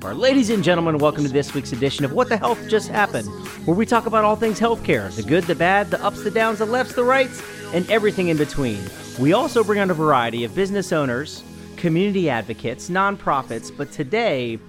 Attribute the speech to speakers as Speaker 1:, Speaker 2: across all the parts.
Speaker 1: Sidebar. Ladies and gentlemen, welcome to this week's edition of What the Health Just Happened, where we talk about all things healthcare the good, the bad, the ups, the downs, the lefts, the rights, and everything in between. We also bring on a variety of business owners, community advocates, nonprofits, but today,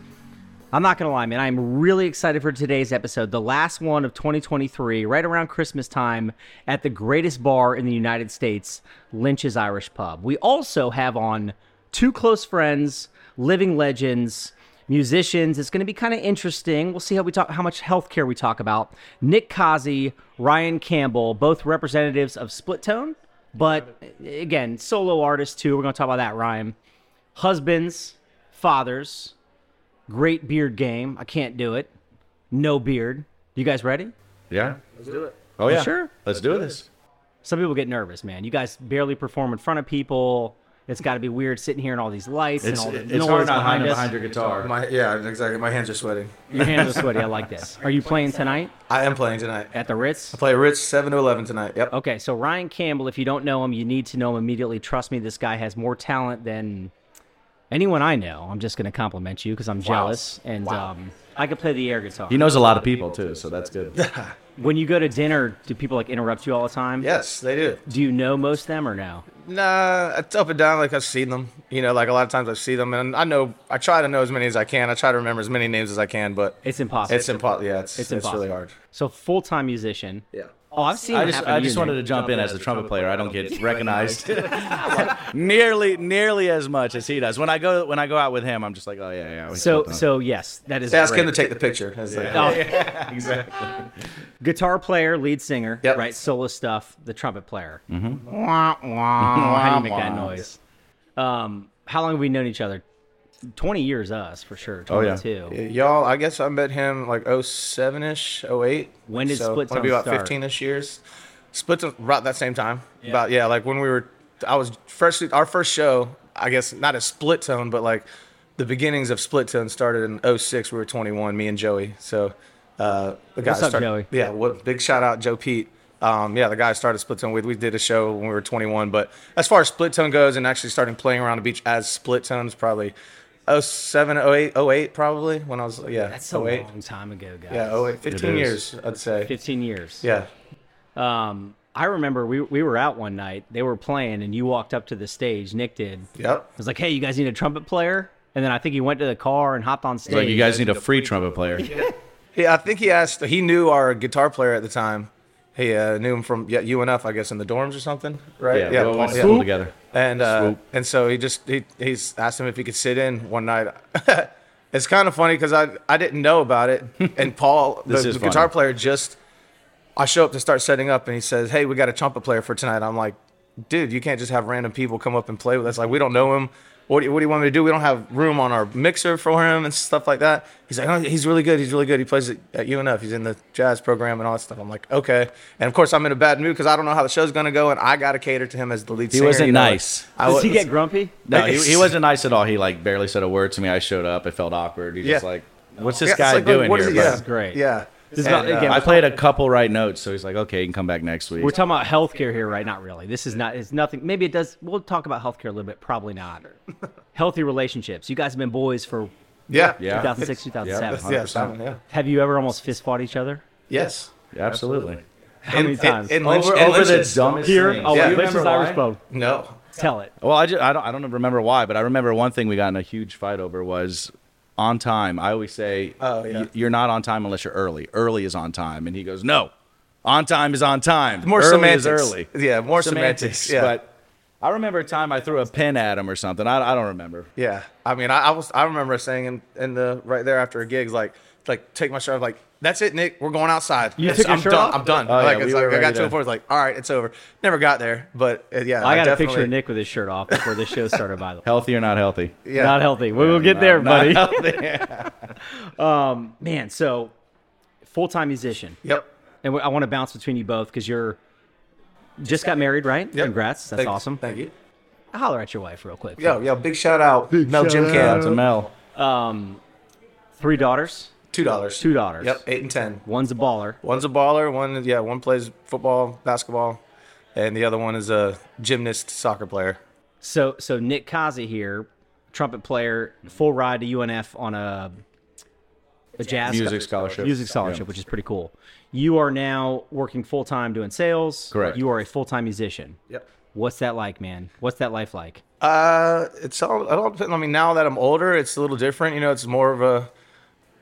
Speaker 1: I'm not going to lie, man. I'm really excited for today's episode, the last one of 2023, right around Christmas time at the greatest bar in the United States, Lynch's Irish Pub. We also have on two close friends, living legends, musicians. It's going to be kind of interesting. We'll see how we talk, how much healthcare we talk about. Nick Kazi, Ryan Campbell, both representatives of Split Tone, but again, solo artists too. We're going to talk about that, Ryan. Husbands, fathers, great beard game. I can't do it. No beard. You guys ready?
Speaker 2: Yeah. Let's do it. Oh yeah.
Speaker 1: sure?
Speaker 2: Let's, do, this.
Speaker 1: Some people get nervous, man. You guys barely perform in front of people. It's got to be weird sitting here in all these lights
Speaker 2: It's,
Speaker 1: and all the
Speaker 2: it's
Speaker 1: noise
Speaker 2: hard not
Speaker 1: behind
Speaker 2: hiding
Speaker 1: us.
Speaker 2: behind your guitar.
Speaker 3: My yeah, exactly. My hands are sweating.
Speaker 1: Your hands are sweaty. I like this. Are you playing tonight
Speaker 3: I am playing tonight.
Speaker 1: at the Ritz?
Speaker 3: Play Rich seven to eleven tonight. Yep.
Speaker 1: Okay, so Ryan Campbell, if you don't know him, you need to know him immediately. Trust me, this guy has more talent than anyone I know. I'm just going to compliment you because I'm jealous. And um, I could play the air guitar.
Speaker 2: He knows a lot of people too, so that's good.
Speaker 1: when you go to dinner, do people like interrupt you all the time?
Speaker 3: Yes, they do.
Speaker 1: Do you know most of them or no?
Speaker 3: Nah, it's up and down. Like I've seen them. You know, like a lot of times I've seen them, and I know I try to know as many as I can. I try to remember as many names as I can, but it's
Speaker 1: It's impossible.
Speaker 3: it's impossible. Yeah, it's it's,
Speaker 1: impossible.
Speaker 3: really hard.
Speaker 1: So full time musician.
Speaker 3: Yeah.
Speaker 1: Oh, I've seen.
Speaker 2: I
Speaker 1: it
Speaker 2: just
Speaker 1: happen
Speaker 2: I
Speaker 1: to
Speaker 2: just
Speaker 1: you,
Speaker 2: wanted
Speaker 1: Nick.
Speaker 2: to jump in as a trumpet player. I don't get recognized nearly nearly as much as he does. When I go when I go out with him, I'm just like, oh yeah, yeah. we
Speaker 1: So
Speaker 2: flipped on.
Speaker 1: so yes, that is.
Speaker 3: Ask
Speaker 1: great.
Speaker 3: him to take the picture. It's like-
Speaker 1: Oh,
Speaker 2: exactly.
Speaker 1: Guitar player, lead singer,
Speaker 3: Yep.
Speaker 1: right? Solo stuff. The trumpet player. Wah, wah, How do you make that
Speaker 2: wah.
Speaker 1: noise? Um, how long have we known each other? Twenty years, us for sure.
Speaker 2: Oh, yeah.
Speaker 1: Twenty-two.
Speaker 3: Y'all, I guess I met him like 07 ish, 08.
Speaker 1: When did
Speaker 3: so
Speaker 1: Split
Speaker 3: probably
Speaker 1: Tongue
Speaker 3: about
Speaker 1: start?
Speaker 3: 15 ish years. Split Tongue, about that same time. About, yeah, like when we were, I was first, our first show, I guess not as Split Tone, but like the beginnings of Split Tone started in 06. We were 21, me and Joey. So uh, the guy
Speaker 1: What's up,
Speaker 3: started,
Speaker 1: Joey?
Speaker 3: Yeah, what, big shout out, Joe Pete. Um, yeah, the guy I started Split Tone with, we did a show when we were 21. But as far as Split Tone goes and actually starting playing around the beach as Split Tones, probably 07, 08, 08 probably when I was, yeah.
Speaker 1: That's a
Speaker 3: 08.
Speaker 1: long time ago, guys.
Speaker 3: Oh, Yeah, 08,
Speaker 2: It
Speaker 3: 15
Speaker 2: is.
Speaker 3: years, I'd say.
Speaker 1: Fifteen years.
Speaker 3: Yeah.
Speaker 1: Um, I remember we we were out one night. They were playing, and you walked up to the stage. Nick did.
Speaker 3: Yep.
Speaker 1: I was like, "Hey, you guys need a trumpet player?" And then I think he went to the car and hopped on stage.
Speaker 2: Like you guys need a free trumpet player.
Speaker 3: Yeah, I think he asked, he knew our guitar player at the time. He uh, knew him from yeah, UNF, I guess, in the dorms or something, right?
Speaker 2: Yeah, we all went to
Speaker 3: Paul-
Speaker 2: school together.
Speaker 3: And uh,
Speaker 2: Swoop.
Speaker 3: and so he just he he's asked him if he could sit in one night. it's kind of funny because I I didn't know about it, and Paul, the,
Speaker 2: This is
Speaker 3: the guitar
Speaker 2: funny.
Speaker 3: player, just I show up to start setting up, and he says, "Hey, we got a trumpet player for tonight." I'm like, "Dude, you can't just have random people come up and play with us. Like, we don't know him. What do you, what do you want me to do? We don't have room on our mixer for him and stuff like that." He's like, "Oh, he's really good. He's really good. He plays at, at UNF. He's in the jazz program and all that stuff." I'm like, "Okay." And of course, I'm in a bad mood because I don't know how the show's gonna go, and I gotta cater to him as the lead
Speaker 2: He
Speaker 3: singer.
Speaker 2: wasn't
Speaker 3: you know?
Speaker 2: nice.
Speaker 3: I
Speaker 1: Does
Speaker 3: was-
Speaker 1: he get grumpy?
Speaker 2: No, he, he wasn't nice at all. He like barely said a word to me. I showed up. It felt awkward. He just
Speaker 3: Yeah.
Speaker 2: like, what's
Speaker 3: Yeah,
Speaker 2: this
Speaker 3: it's
Speaker 2: guy
Speaker 3: like,
Speaker 2: doing
Speaker 3: what is
Speaker 2: here?
Speaker 3: it?
Speaker 2: bud?
Speaker 3: Yeah.
Speaker 1: This is great.
Speaker 3: Yeah.
Speaker 1: This is about-
Speaker 3: And, uh,
Speaker 1: again,
Speaker 2: I played a couple right notes, so he's like, okay, you can come back next week.
Speaker 1: We're talking about healthcare here, right? Not really. This is not. It's nothing. Maybe it does. We'll talk about healthcare a little bit. Probably not. Healthy relationships. You guys have been boys for
Speaker 3: yeah.
Speaker 2: Yeah.
Speaker 1: 2006, 2007.
Speaker 3: Yeah, Simon, yeah.
Speaker 1: Have you ever almost fist fought each other?
Speaker 3: Yes.
Speaker 2: Absolutely.
Speaker 1: How many times?
Speaker 3: In, in Lynch,
Speaker 2: Over,
Speaker 3: in
Speaker 2: over the
Speaker 3: Lynch's-
Speaker 2: dumbest
Speaker 1: Here,
Speaker 2: things.
Speaker 1: oh,
Speaker 3: Yeah.
Speaker 1: yeah,
Speaker 3: You
Speaker 1: Lynch's
Speaker 2: remember
Speaker 1: Irish
Speaker 2: why?
Speaker 1: Pub.
Speaker 3: No.
Speaker 1: Tell it.
Speaker 2: Well, I, just, I don't I don't remember why, but I remember one thing we got in a huge fight over was on time. I always say,
Speaker 3: Oh, yeah.
Speaker 2: "You- you're not on time unless you're early. Early is on time, and he goes, no, on time is on time.
Speaker 3: More
Speaker 2: early
Speaker 3: semantics.
Speaker 2: is early.
Speaker 3: Yeah, more semantics. Yeah.
Speaker 2: But I remember a time I threw a pin at him or something. I, I don't remember.
Speaker 3: Yeah. I mean, I, I was I remember saying in, in the right there after a gig, like like take my shirt off, like that's it, Nick. We're going outside.
Speaker 1: You
Speaker 3: It's-
Speaker 1: took your
Speaker 3: I'm
Speaker 1: shirt
Speaker 3: done.
Speaker 1: off?
Speaker 3: I'm done.
Speaker 2: Oh, yeah,
Speaker 3: like
Speaker 2: we
Speaker 3: it's
Speaker 2: were
Speaker 3: like I
Speaker 2: ready
Speaker 3: got
Speaker 2: to-
Speaker 3: to a point. It's like all right, it's over. Never got there, but uh, yeah,
Speaker 1: I got a
Speaker 3: definitely-
Speaker 1: picture of Nick with his shirt off before the show started. By the way,
Speaker 2: Healthy or not healthy?
Speaker 3: Yeah.
Speaker 1: not healthy. We will get there,
Speaker 2: Not- not
Speaker 1: buddy.
Speaker 2: healthy.
Speaker 1: Man, so full time musician.
Speaker 3: Yep.
Speaker 1: And we- I want to bounce between you both because you're just got married, right?
Speaker 3: Yep.
Speaker 1: Congrats. That's
Speaker 3: Thank-
Speaker 1: awesome.
Speaker 3: Thank you.
Speaker 1: Holler at your wife real quick.
Speaker 3: Yo, yo, big shout out. Mel Jim
Speaker 2: Shout out
Speaker 3: Cam.
Speaker 2: to Mel.
Speaker 1: Three daughters.
Speaker 3: Two dollars.
Speaker 1: Two daughters.
Speaker 3: Yep, eight and ten.
Speaker 1: One's a baller.
Speaker 3: One's a baller. One, yeah, one plays football, basketball, and the other one is a gymnast, soccer player.
Speaker 1: So so Nick Kazi here, trumpet player, full ride to UNF on a a jazz
Speaker 2: Music
Speaker 1: scho-
Speaker 2: scholarship.
Speaker 1: music scholarship, which is pretty cool. You are now working full time doing sales.
Speaker 2: Correct.
Speaker 1: You are a full time musician. What's that like, man? What's that life like?
Speaker 3: Uh, it's all. It all depends. I mean, now that I'm older, it's a little different. You know, it's more of a,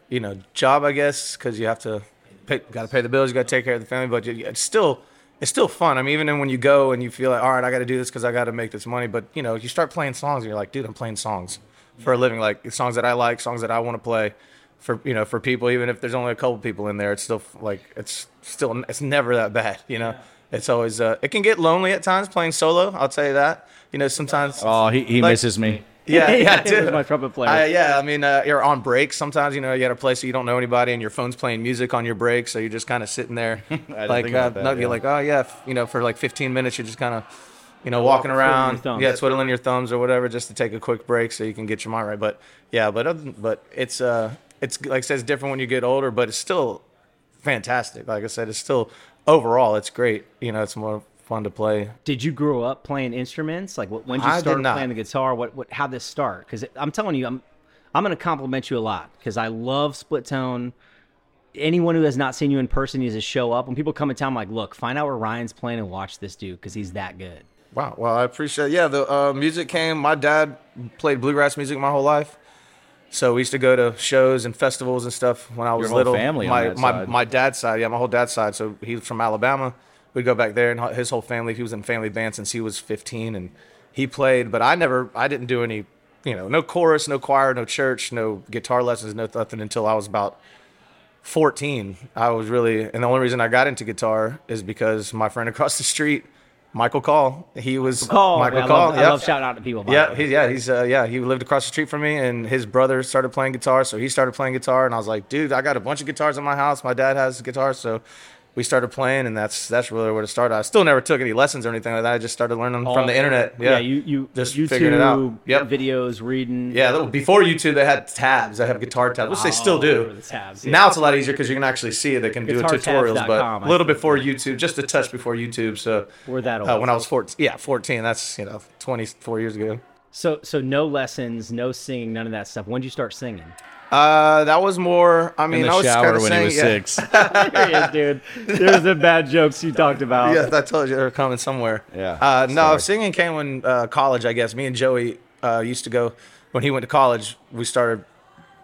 Speaker 3: you know, job I guess because you have to, pay, gotta pay the bills, you gotta take care of the family. But you- it's still, it's still fun. I mean, even when you go and you feel like, all right, I gotta do this because I gotta make this money. But you know, you start playing songs and you're like, dude, I'm playing songs for a living. Like songs that I like, songs that I want to play, for you know, for people. Even if there's only a couple people in there, it's still like it's still it's never that bad. You know. It's always uh, it can get lonely at times playing solo. I'll tell you that. You know, sometimes
Speaker 2: Oh, he, he
Speaker 3: Like-
Speaker 2: misses me.
Speaker 3: yeah,
Speaker 1: Yeah,
Speaker 3: yeah,
Speaker 1: it was
Speaker 3: dude.
Speaker 1: my trumpet player.
Speaker 3: I- yeah, I mean, uh, you're on break sometimes. You know, you got to play, so you don't know anybody, and your phone's playing music on your break, so you're just kind of sitting there, like,
Speaker 2: think
Speaker 3: uh,
Speaker 2: about that,
Speaker 3: no,
Speaker 2: yeah.
Speaker 3: you're like, oh yeah, f- you know, for like 15 minutes, you're just kind of, you know, walking
Speaker 1: twiddling your
Speaker 3: around,
Speaker 1: thumbs.
Speaker 3: yeah, twiddling your thumbs or whatever, just to take a quick break so you can get your mind right. But yeah, but other than, but it's uh, it's like I said, it's different when you get older, but it's still fantastic. Like I said, it's still overall, it's great. You know, it's more fun to play
Speaker 1: Did you grow up playing instruments? Like, what, when did you
Speaker 3: I did
Speaker 1: start
Speaker 3: not.
Speaker 1: playing the guitar? What, what, how this start? Because I'm telling you, I'm, I'm going to compliment you a lot because I love split tone. Anyone who has not seen you in person needs to show up. When people come in town, I'm like, look, find out where Ryan's playing and watch this dude because he's that good.
Speaker 3: Wow. Well, I appreciate. Yeah, the uh, music came. My dad played bluegrass music my whole life, so we used to go to shows and festivals and stuff when I was
Speaker 2: whole
Speaker 3: little.
Speaker 2: family on
Speaker 3: my
Speaker 2: that
Speaker 3: my
Speaker 2: side.
Speaker 3: my dad's side. Yeah, my whole dad's side. So he's from Alabama. We'd go back there, and his whole family. He was in family band since he was 15, and he played. But I never. I didn't do any. You know, no chorus, no choir, no church, no guitar lessons, no nothing until I was about 14 i was really and the only reason i got into guitar is because my friend across the street michael call he was
Speaker 1: Call.
Speaker 3: Oh, michael
Speaker 1: I love,
Speaker 3: call
Speaker 1: I
Speaker 3: yep.
Speaker 1: love shouting out to people. by the
Speaker 3: yeah
Speaker 1: way.
Speaker 3: he, yeah he's uh, yeah he lived across the street from me and his brother started playing guitar so he started playing guitar and i was like dude i got a bunch of guitars in my house my dad has guitars so we started playing and that's that's really where it started i still never took any lessons or anything like that i just started learning from the internet yeah,
Speaker 1: Oh, you you
Speaker 3: just
Speaker 1: YouTube
Speaker 3: figuring it out yep
Speaker 1: videos, reading.
Speaker 3: yeah, that- before YouTube, they had tabs. They have guitar tabs, which they still do.
Speaker 1: Oh, the tabs,
Speaker 3: Now it's a lot easier because you can actually see it. They can do tutorials,
Speaker 1: Guitartabs.com,
Speaker 3: but
Speaker 1: I
Speaker 3: a little before YouTube, just a touch before YouTube. So
Speaker 1: We're that
Speaker 3: Uh,
Speaker 1: old.
Speaker 3: when I was 14, yeah, 14. That's you know 24 years ago.
Speaker 1: So so no lessons, no singing, none of that stuff. When did you start singing?
Speaker 3: Uh, that was more. I mean,
Speaker 2: In
Speaker 3: I
Speaker 2: the
Speaker 3: was kind
Speaker 2: shower
Speaker 3: of
Speaker 2: when
Speaker 3: saying,
Speaker 2: he was
Speaker 3: yeah,
Speaker 2: six.
Speaker 1: There he is, dude. There's the bad jokes you talked about.
Speaker 3: yeah, I told you they were coming somewhere.
Speaker 2: Yeah,
Speaker 3: Uh, no,
Speaker 2: sorry.
Speaker 3: singing came when uh, college, I guess. Me and Joey uh, used to go when he went to college. We started,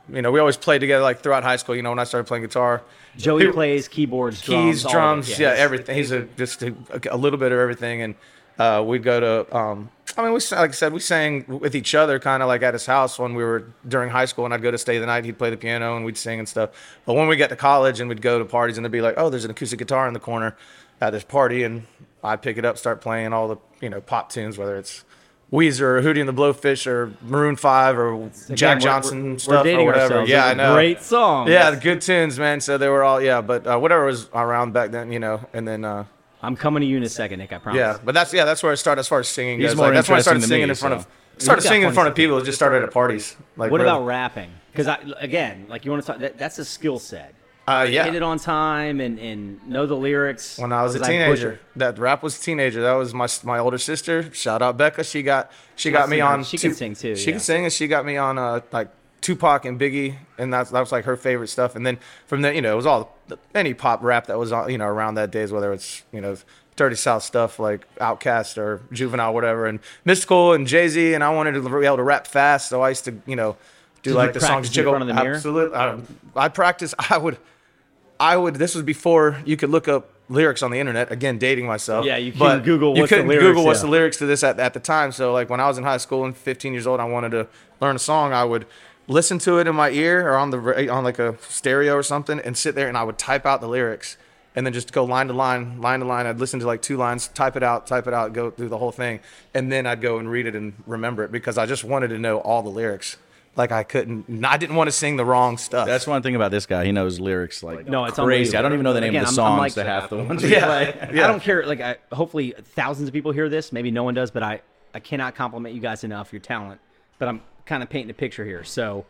Speaker 3: you know, we always played together like throughout high school. You know, when I started playing guitar,
Speaker 1: Joey
Speaker 3: He-
Speaker 1: plays keyboards,
Speaker 3: keys,
Speaker 1: drums, all of it.
Speaker 3: drums, yeah, everything. He's a, just a, a little bit of everything, and uh, we'd go to. Um, I mean, we sang- like I said, we sang with each other, kind of like at his house when we were during high school. And I'd go to stay the night. He'd play the piano, and we'd sing and stuff. But when we got to college, and we'd go to parties, and they'd be like, "Oh, there's an acoustic guitar in the corner at this party," and I'd pick it up, start playing all the you know pop tunes, whether it's Weezer or Hootie and the Blowfish or Maroon Five or
Speaker 1: Again,
Speaker 3: Jack
Speaker 1: we're-
Speaker 3: Johnson
Speaker 1: we're,
Speaker 3: stuff
Speaker 1: we're dating
Speaker 3: or whatever.
Speaker 1: Ourselves.
Speaker 3: Yeah,
Speaker 1: Those
Speaker 3: I
Speaker 1: are
Speaker 3: know.
Speaker 1: Great song.
Speaker 3: Yeah, the good tunes, man. So they were all yeah, but uh, whatever was around back then, you know. And then uh,
Speaker 1: I'm coming to you in a second, Nick. I promise.
Speaker 3: yeah, but that's yeah, that's where I started as far as singing
Speaker 2: He's
Speaker 3: goes.
Speaker 2: more
Speaker 3: Like, that's where I started
Speaker 2: interesting than
Speaker 3: singing
Speaker 2: me,
Speaker 3: in front of
Speaker 2: so.
Speaker 3: started
Speaker 1: You've got
Speaker 3: singing in front
Speaker 1: funny
Speaker 3: of people. It just started at parties. Like
Speaker 1: What
Speaker 3: really.
Speaker 1: about rapping? Because I again, like you want to talk. That, that's a skill set.
Speaker 3: uh,
Speaker 1: Hit
Speaker 3: yeah?
Speaker 1: it on time and and know the lyrics.
Speaker 3: When I was a
Speaker 1: 'cause butcher-
Speaker 3: teenager, that rap was teenager. That was my my older sister. Shout out Becca. She got she got me
Speaker 1: seen her.
Speaker 3: on.
Speaker 1: She
Speaker 3: Tu-
Speaker 1: can sing too,
Speaker 3: She
Speaker 1: yeah.
Speaker 3: can sing, and she got me on uh like Tupac and Biggie, and that's that was like her favorite stuff. And then from there, you know, it was all any pop rap that was on, you know around that days, whether it's you know Dirty South stuff like Outkast or Juvenile, whatever, and Mystical and Jay Z. And I wanted to be able to rap fast, so I used to you know
Speaker 1: Did
Speaker 3: do
Speaker 1: you
Speaker 3: like the
Speaker 1: practice
Speaker 3: songs
Speaker 1: in
Speaker 3: jiggle
Speaker 1: front of the mirror?
Speaker 3: Absolutely, I, I practice. I would. I would. This was before you could look up lyrics on the internet. Again, dating myself.
Speaker 1: Yeah, you couldn't
Speaker 3: But
Speaker 1: Google
Speaker 3: you
Speaker 1: what's the
Speaker 3: couldn't
Speaker 1: lyrics,
Speaker 3: Google what's
Speaker 1: yeah.
Speaker 3: the lyrics to this at, at the time. So like when I was in high school and 15 years old, I wanted to learn a song. I would listen to it in my ear or on the ra- on like a stereo or something, and sit there and I would type out the lyrics, and then just go line to line, line to line. I'd listen to like two lines, type it out, type it out, go through the whole thing, and then I'd go and read it and remember it because I just wanted to know all the lyrics. Like I couldn't, I didn't want to sing the wrong stuff.
Speaker 2: That's one thing about this guy. He knows lyrics like
Speaker 1: No, it's
Speaker 2: crazy. I don't even know the name
Speaker 1: unbelievable.
Speaker 2: of the
Speaker 1: Again, I'm- I'm like that.
Speaker 2: songs to half the ones we
Speaker 3: yeah,
Speaker 2: play.
Speaker 3: yeah.
Speaker 1: I don't care. Like, I, hopefully, thousands of people hear this. Maybe no one does, but I, I cannot compliment you guys enough your talent. But I'm kind of painting a picture here. So,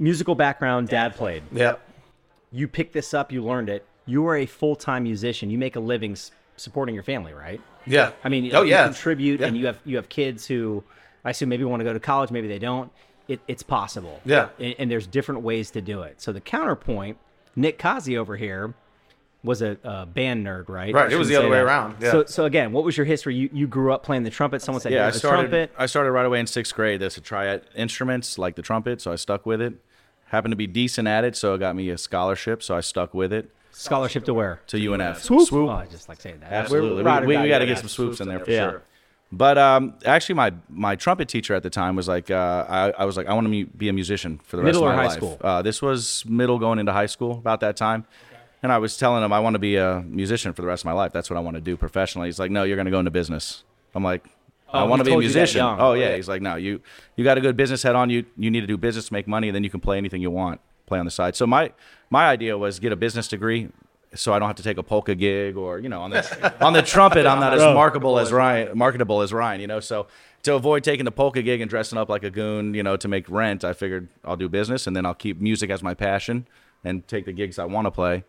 Speaker 1: musical background, dad played.
Speaker 3: Yep.
Speaker 1: You picked this up. You learned it. You are a full time musician. You make a living s- supporting your family, right?
Speaker 3: Yeah.
Speaker 1: I mean,
Speaker 3: oh
Speaker 1: you
Speaker 3: yeah.
Speaker 1: contribute,
Speaker 3: Yeah.
Speaker 1: and you have you have kids who I assume maybe want to go to college, maybe they don't. it, it's possible.
Speaker 3: Yeah.
Speaker 1: And, and there's different ways to do it. So the counterpoint, Nick Kazi over here was a, a band nerd, right?
Speaker 3: Right,
Speaker 1: I
Speaker 3: it
Speaker 1: shouldn't
Speaker 3: was the other
Speaker 1: say
Speaker 3: way
Speaker 1: that.
Speaker 3: around, yeah.
Speaker 1: So, so again, what was your history? You, you grew up playing the trumpet. Someone said,
Speaker 2: yeah, I
Speaker 1: "Here's the
Speaker 2: started.
Speaker 1: trumpet.
Speaker 2: I started right away in sixth grade. That's to try out instruments like the trumpet, so I stuck with it. Happened to be decent at it, so it got me a scholarship. So I stuck with it
Speaker 1: Scholarship to where?
Speaker 2: to UNF.
Speaker 1: Oh, I just like saying that.
Speaker 2: Absolutely.
Speaker 1: We're-
Speaker 2: we we,
Speaker 1: Rotterdam,
Speaker 2: got to
Speaker 1: yeah.
Speaker 2: get some swoops in there for
Speaker 1: Yeah.
Speaker 2: sure. But um, actually, my my trumpet teacher at the time was like, uh, I, I was like, I want to mu- be a musician for the rest
Speaker 1: Middle
Speaker 2: of
Speaker 1: or
Speaker 2: my
Speaker 1: high
Speaker 2: life.
Speaker 1: school?
Speaker 2: Uh, this was middle going into high school about that time. And I was telling him I want to be a musician for the rest of my life. That's what I want to do professionally. He's like, No, you're going to go into business. I'm like, I
Speaker 1: Oh, he
Speaker 2: want to be a
Speaker 1: told you that
Speaker 2: musician.
Speaker 1: young.
Speaker 2: Oh yeah. He's like, No, you you got a good business head on. You you need to do business, make money, and then you can play anything you want, play on the side. So my my idea was get a business degree. So I don't have to take a polka gig or you know on the on the trumpet I'm not as marketable as Ryan marketable as Ryan you know so to avoid taking the polka gig and dressing up like a goon you know to make rent I figured I'll do business and then I'll keep music as my passion and take the gigs I want to play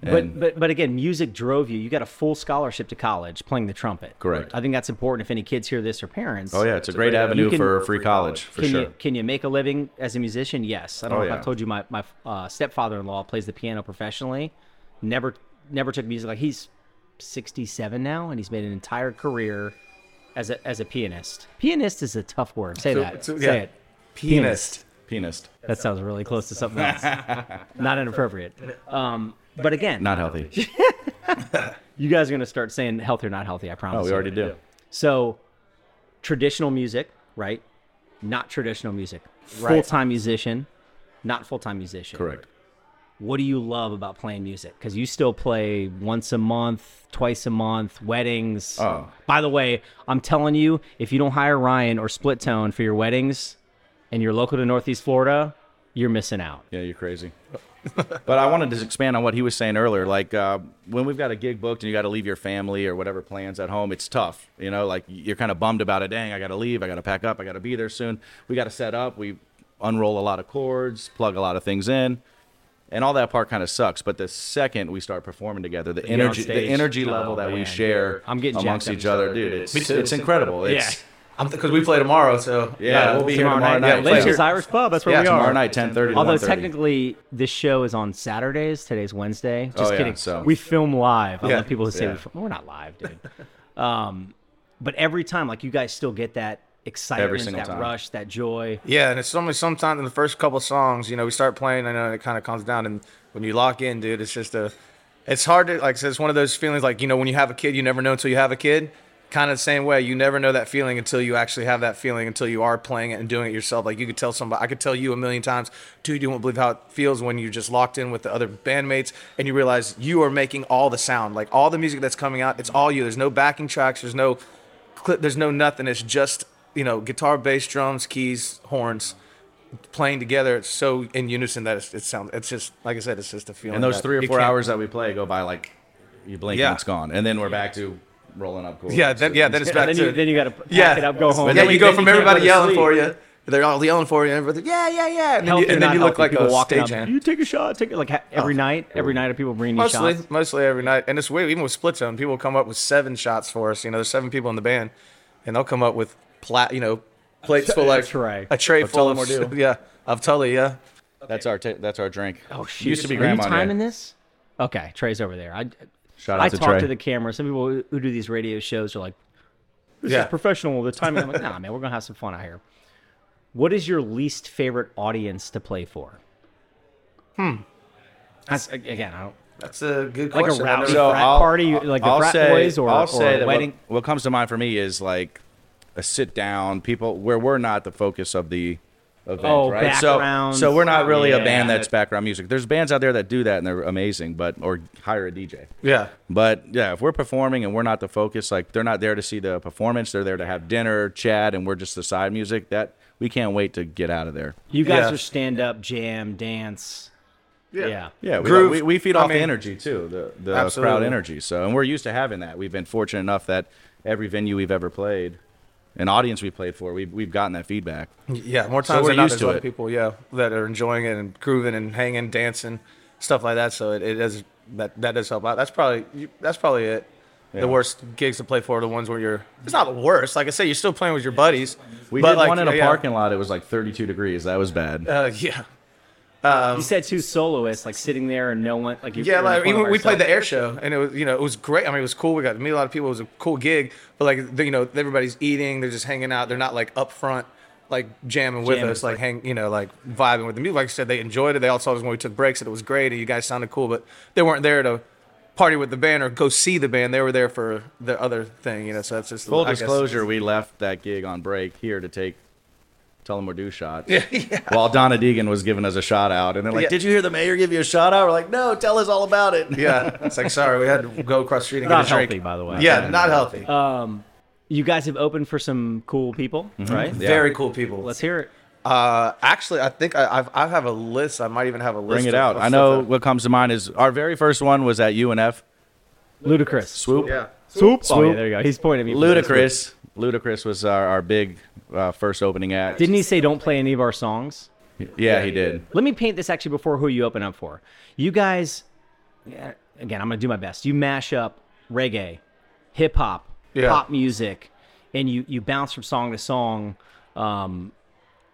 Speaker 1: But, but but again, music drove you. You got a full scholarship to college playing the trumpet.
Speaker 2: Correct.
Speaker 1: I think that's important. If any kids hear this or parents. uh,
Speaker 2: oh yeah it's a great avenue
Speaker 1: You can-
Speaker 2: for free college for
Speaker 1: can
Speaker 2: sure
Speaker 1: you can you make a living as a musician? Yes. I don't
Speaker 2: Oh,
Speaker 1: know if
Speaker 2: yeah.
Speaker 1: I've told you my my uh, stepfather-in-law plays the piano professionally. Never never took music like he's 67 now and he's made an entire career as a as a pianist. Pianist is a tough word. Say that.
Speaker 3: so,
Speaker 1: Say
Speaker 3: yeah.
Speaker 1: it.
Speaker 3: Pianist.
Speaker 2: pianist
Speaker 1: That sounds really close to something else. Not inappropriate. Um, but again,
Speaker 2: not healthy
Speaker 1: you guys are going to start saying healthy or not healthy. I promise.
Speaker 2: oh we
Speaker 1: you.
Speaker 2: already do
Speaker 1: So, traditional music, right? Not traditional music.
Speaker 3: Right.
Speaker 1: Full time musician, not full time musician.
Speaker 2: correct
Speaker 1: What do you love about playing music? Because you still play once a month, twice a month, weddings.
Speaker 2: Oh.
Speaker 1: By the way, I'm telling you, if you don't hire Ryan or Split Tone for your weddings and you're local to Northeast Florida, you're missing out.
Speaker 2: Yeah, you're crazy. but I wanted to expand on what he was saying earlier. Like uh, when we've got a gig booked and you got to leave your family or whatever plans at home, it's tough. You know, like you're kind of bummed about it. Dang, I got to leave. I got to pack up. I got to be there soon. We got to set up. We unroll a lot of cords, plug a lot of things in, and all that part kind of sucks. But the second we start performing together, the
Speaker 1: on
Speaker 2: energy, the
Speaker 1: stage.
Speaker 2: energy
Speaker 1: Oh,
Speaker 2: level that we
Speaker 1: man.
Speaker 2: share
Speaker 1: I'm getting
Speaker 2: amongst
Speaker 1: jacked up
Speaker 2: each other, dude, it's,
Speaker 3: Me
Speaker 2: it's,
Speaker 3: too.
Speaker 2: incredible. It's,
Speaker 3: Because we play tomorrow, so
Speaker 2: Yeah, we'll be here tomorrow
Speaker 3: Yeah,
Speaker 2: night.
Speaker 3: play
Speaker 1: Lakers
Speaker 3: here.
Speaker 1: Irish Pub, that's where
Speaker 3: Yeah,
Speaker 1: we are.
Speaker 2: Tomorrow night, 10:30 to
Speaker 1: Although
Speaker 2: 1:30.
Speaker 1: technically this show is on Saturdays, today's Wednesday. Just
Speaker 2: Oh, yeah,
Speaker 1: kidding.
Speaker 2: so-
Speaker 1: We film live. I
Speaker 3: Yeah,
Speaker 1: love people who say
Speaker 2: yeah.
Speaker 1: we film. we're not live, dude. um, but every time, like you guys still get that excitement,
Speaker 2: single
Speaker 1: that
Speaker 2: time.
Speaker 1: rush, that joy.
Speaker 3: Yeah, and it's only sometimes in the first couple songs, you know, we start playing, I know it kind of calms down, and when you lock in, dude, it's just a, it's hard to like. So it's one of those feelings, like you know, when you have a kid, you never know until you have a kid. Kind of the same way, you never know that feeling until you actually have that feeling, until you are playing it and doing it yourself. Like you could tell somebody, I could tell you a million times, dude, you won't believe how it feels when you're just locked in with the other bandmates and you realize you are making all the sound, like all the music that's coming out, it's all you. There's no backing tracks, there's no clip there's no nothing it's just you know guitar bass drums keys horns playing together it's so in unison that it's, it sounds it's just like i said it's just a feeling
Speaker 2: and those
Speaker 3: that
Speaker 2: three or
Speaker 3: you
Speaker 2: four
Speaker 3: can't-
Speaker 2: hours that we play go by like you blink
Speaker 3: Yeah.
Speaker 2: and it's gone, and then we're back to rolling up. Cool.
Speaker 3: yeah then, yeah then it's back
Speaker 1: then
Speaker 3: to
Speaker 1: you then you got to pack
Speaker 3: yeah
Speaker 1: it up, go home.
Speaker 2: But
Speaker 3: yeah
Speaker 2: then
Speaker 3: you
Speaker 2: we-
Speaker 3: go
Speaker 2: then
Speaker 3: from
Speaker 2: you can't go
Speaker 3: everybody
Speaker 2: to
Speaker 3: yelling
Speaker 2: sleep.
Speaker 3: for you they're all yelling for you and everybody yeah yeah yeah and then
Speaker 1: Healthy
Speaker 3: you,
Speaker 1: or
Speaker 3: and then
Speaker 1: not
Speaker 3: you look
Speaker 1: healthy,
Speaker 3: like
Speaker 1: people
Speaker 3: a
Speaker 1: walking up,
Speaker 3: stagehand
Speaker 1: You take a shot. Take it like ha- every night. Every night, are people bringing you
Speaker 3: mostly
Speaker 1: shots?
Speaker 3: mostly every night and it's weird even with split zone people come up with seven shots for us you know there's seven people in the band and they'll come up with plat you know plates full like
Speaker 1: A tray.
Speaker 3: a tray full
Speaker 2: Tully
Speaker 3: of
Speaker 2: Mordew.
Speaker 3: yeah of tully yeah
Speaker 2: That's our ta that's our drink.
Speaker 1: Oh shoot!
Speaker 2: Used to be
Speaker 1: Are
Speaker 2: grandma.
Speaker 1: you
Speaker 2: Day.
Speaker 1: timing this? Okay, Trey's over there. I
Speaker 2: Shout out
Speaker 1: I
Speaker 2: to
Speaker 1: talk
Speaker 2: Trey.
Speaker 1: to the camera. Some people who- who do these radio shows are like, "This
Speaker 3: Yeah.
Speaker 1: is professional." The timing. I'm like, "Nah, man, we're gonna have some fun out here." What is your least favorite audience to play for? Hmm. That's again, I don't
Speaker 3: That's a good
Speaker 1: Like a
Speaker 3: question. I
Speaker 1: rowdy
Speaker 3: never-
Speaker 1: frat party, like the frat boys or-
Speaker 2: I'll say
Speaker 1: or
Speaker 2: that
Speaker 1: wedding?
Speaker 2: What, what comes to mind for me is like a sit down people where we're not the focus of the event,
Speaker 1: Oh,
Speaker 2: right? So,
Speaker 1: backgrounds.
Speaker 2: so we're not really a band
Speaker 1: Yeah.
Speaker 2: that's background music. There's bands out there that do that and they're amazing, but or hire a DJ.
Speaker 3: Yeah.
Speaker 2: But yeah, if we're performing and we're not the focus, like they're not there to see the performance, they're there to have dinner, chat, and we're just the side music. That we can't wait to get out of there.
Speaker 1: You guys
Speaker 3: Yeah.
Speaker 1: are stand up, jam, dance. Yeah.
Speaker 2: Yeah, we,
Speaker 3: Groove.
Speaker 2: we, we feed
Speaker 3: I
Speaker 2: off
Speaker 3: mean-
Speaker 2: the energy too, the the crowd
Speaker 3: Absolutely.
Speaker 2: energy. So, and we're used to having that. We've been fortunate enough that every venue we've ever played, an audience we played for, we've we've gotten that feedback.
Speaker 3: Yeah, more times
Speaker 2: we're
Speaker 3: than not,
Speaker 2: used
Speaker 3: there's
Speaker 2: to
Speaker 3: other
Speaker 2: it.
Speaker 3: people, yeah, that are enjoying it and grooving and hanging, dancing, stuff like that. So it, it does that that does help out. That's probably you- that's probably it.
Speaker 2: Yeah.
Speaker 3: The worst gigs to play for are the ones where you're. It's not the worst. Like I say, you're still playing with your buddies.
Speaker 2: We
Speaker 3: but
Speaker 2: did
Speaker 3: like,
Speaker 2: one in a
Speaker 3: yeah,
Speaker 2: parking lot. It was like 32 degrees. That was bad.
Speaker 3: Uh, yeah,
Speaker 1: you said two soloists, like sitting there and no one, like you.
Speaker 3: yeah. Like even we played the air show, and it was you know it was great. I mean, it was cool. We got to meet a lot of people. It was a cool gig. But like the, you know, everybody's eating. They're just hanging out. They're not like up front, like jamming with
Speaker 1: Jamming.
Speaker 3: us, like hang, you know, like vibing with the music. Like I said, they enjoyed it. They all saw us when we took breaks, and it was great. And you guys sounded cool, but they weren't there to party with the band or go see the band. They were there for the other thing, you know. So that's just
Speaker 2: Full
Speaker 3: I guess-
Speaker 2: disclosure, we left that gig on break here to take Tullamore shots. Yeah, While Donna Deegan was giving us a shout out. And they're like,
Speaker 3: Yeah.
Speaker 2: Did you hear the mayor give you a shout out? We're like, No, tell us all about it.
Speaker 3: Yeah, it's like sorry, we had to go across the street and
Speaker 1: Not
Speaker 3: get a drink.
Speaker 1: healthy, by the way. Uh,
Speaker 3: Yeah, not healthy.
Speaker 1: You guys have opened for some cool people,
Speaker 3: Mm-hmm.
Speaker 1: right?
Speaker 2: Yeah.
Speaker 3: Very cool people.
Speaker 1: Let's hear it.
Speaker 3: Uh, actually, I think I, I've, I have a list. I might even have a list.
Speaker 2: Bring it
Speaker 3: of-
Speaker 2: out.
Speaker 3: of
Speaker 2: I know
Speaker 3: stuff
Speaker 2: what comes to mind is our very first one was at UNF.
Speaker 1: Ludicrous.
Speaker 2: Swoop.
Speaker 3: that- Yeah.
Speaker 1: Swoop. Oh, yeah,
Speaker 2: Swoop.
Speaker 1: there you go. He's pointing at me. for this.
Speaker 2: Ludacris. Ludacris was our, our big uh, first opening act.
Speaker 1: Didn't he say don't play any of our songs?
Speaker 2: yeah, he did.
Speaker 1: Let me paint this actually before who you open up for. You guys, yeah, again, I'm going to do my best. You mash up reggae, hip hop,
Speaker 3: Yeah.
Speaker 1: pop music, and you, you bounce from song to song. Um,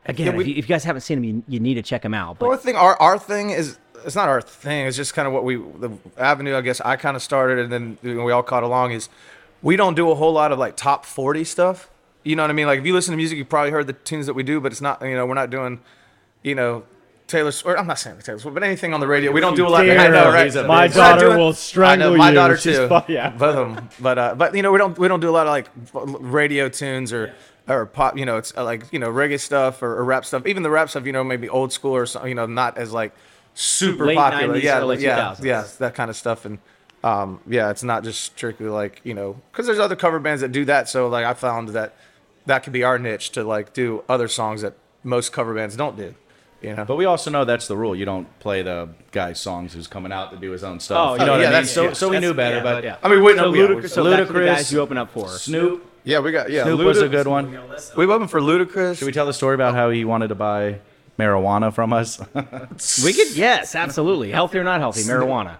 Speaker 1: again,
Speaker 3: Yeah, we-
Speaker 1: if, you, if you guys haven't seen them, you, you need to check them out. But
Speaker 3: One thing, our our thing is it's not our thing. It's just kind of what we the avenue. I guess I kind of started, and then you know, we all caught along. Is we don't do a whole lot of like top forty stuff. You know what I mean? Like if you listen to music, you probably heard the tunes that we do, but it's not. You know, we're not doing. You know. Taylor Swift. I'm not saying Taylor Swift, but anything on the radio. We don't do a lot.
Speaker 4: dare.
Speaker 3: I know, right?
Speaker 2: He's a
Speaker 4: My
Speaker 3: We're not
Speaker 4: daughter will strangle
Speaker 3: I know, my
Speaker 4: you.
Speaker 3: daughter
Speaker 4: She's
Speaker 3: too.
Speaker 4: fu- yeah.
Speaker 3: Both of 'em. But uh, but you know we don't we don't do a lot of like radio tunes or or pop. You know it's uh, like you know reggae stuff or, or rap stuff. Even the rap stuff, you know, maybe old school or something. You know, not as like super
Speaker 1: Late
Speaker 3: popular.
Speaker 1: 90s,
Speaker 3: yeah,
Speaker 1: early
Speaker 3: yeah,
Speaker 1: 2000s.
Speaker 3: yeah, that kind of stuff. And um, yeah, it's not just strictly like you know because there's other cover bands that do that. So like I found that that could be our niche to like do other songs that most cover bands don't do. You know.
Speaker 2: But we also know that's the rule. You don't play the guy's songs who's coming out to do his own stuff.
Speaker 1: Oh,
Speaker 2: you know what
Speaker 3: yeah,
Speaker 2: I mean?
Speaker 3: that's-
Speaker 2: so,
Speaker 3: yeah.
Speaker 2: so we knew better.
Speaker 1: yeah,
Speaker 2: but
Speaker 1: yeah.
Speaker 3: I mean, wait,
Speaker 1: so
Speaker 3: no, yeah,
Speaker 1: Ludacris, so back to the
Speaker 2: Ludacris-
Speaker 1: guys you open up for.
Speaker 2: Snoop.
Speaker 3: yeah, we got yeah.
Speaker 2: Snoop was a good one.
Speaker 3: We went for Ludacris.
Speaker 2: Should we tell the story about how he wanted to buy marijuana from us?
Speaker 1: We could, yes, absolutely. Healthy or not healthy, marijuana.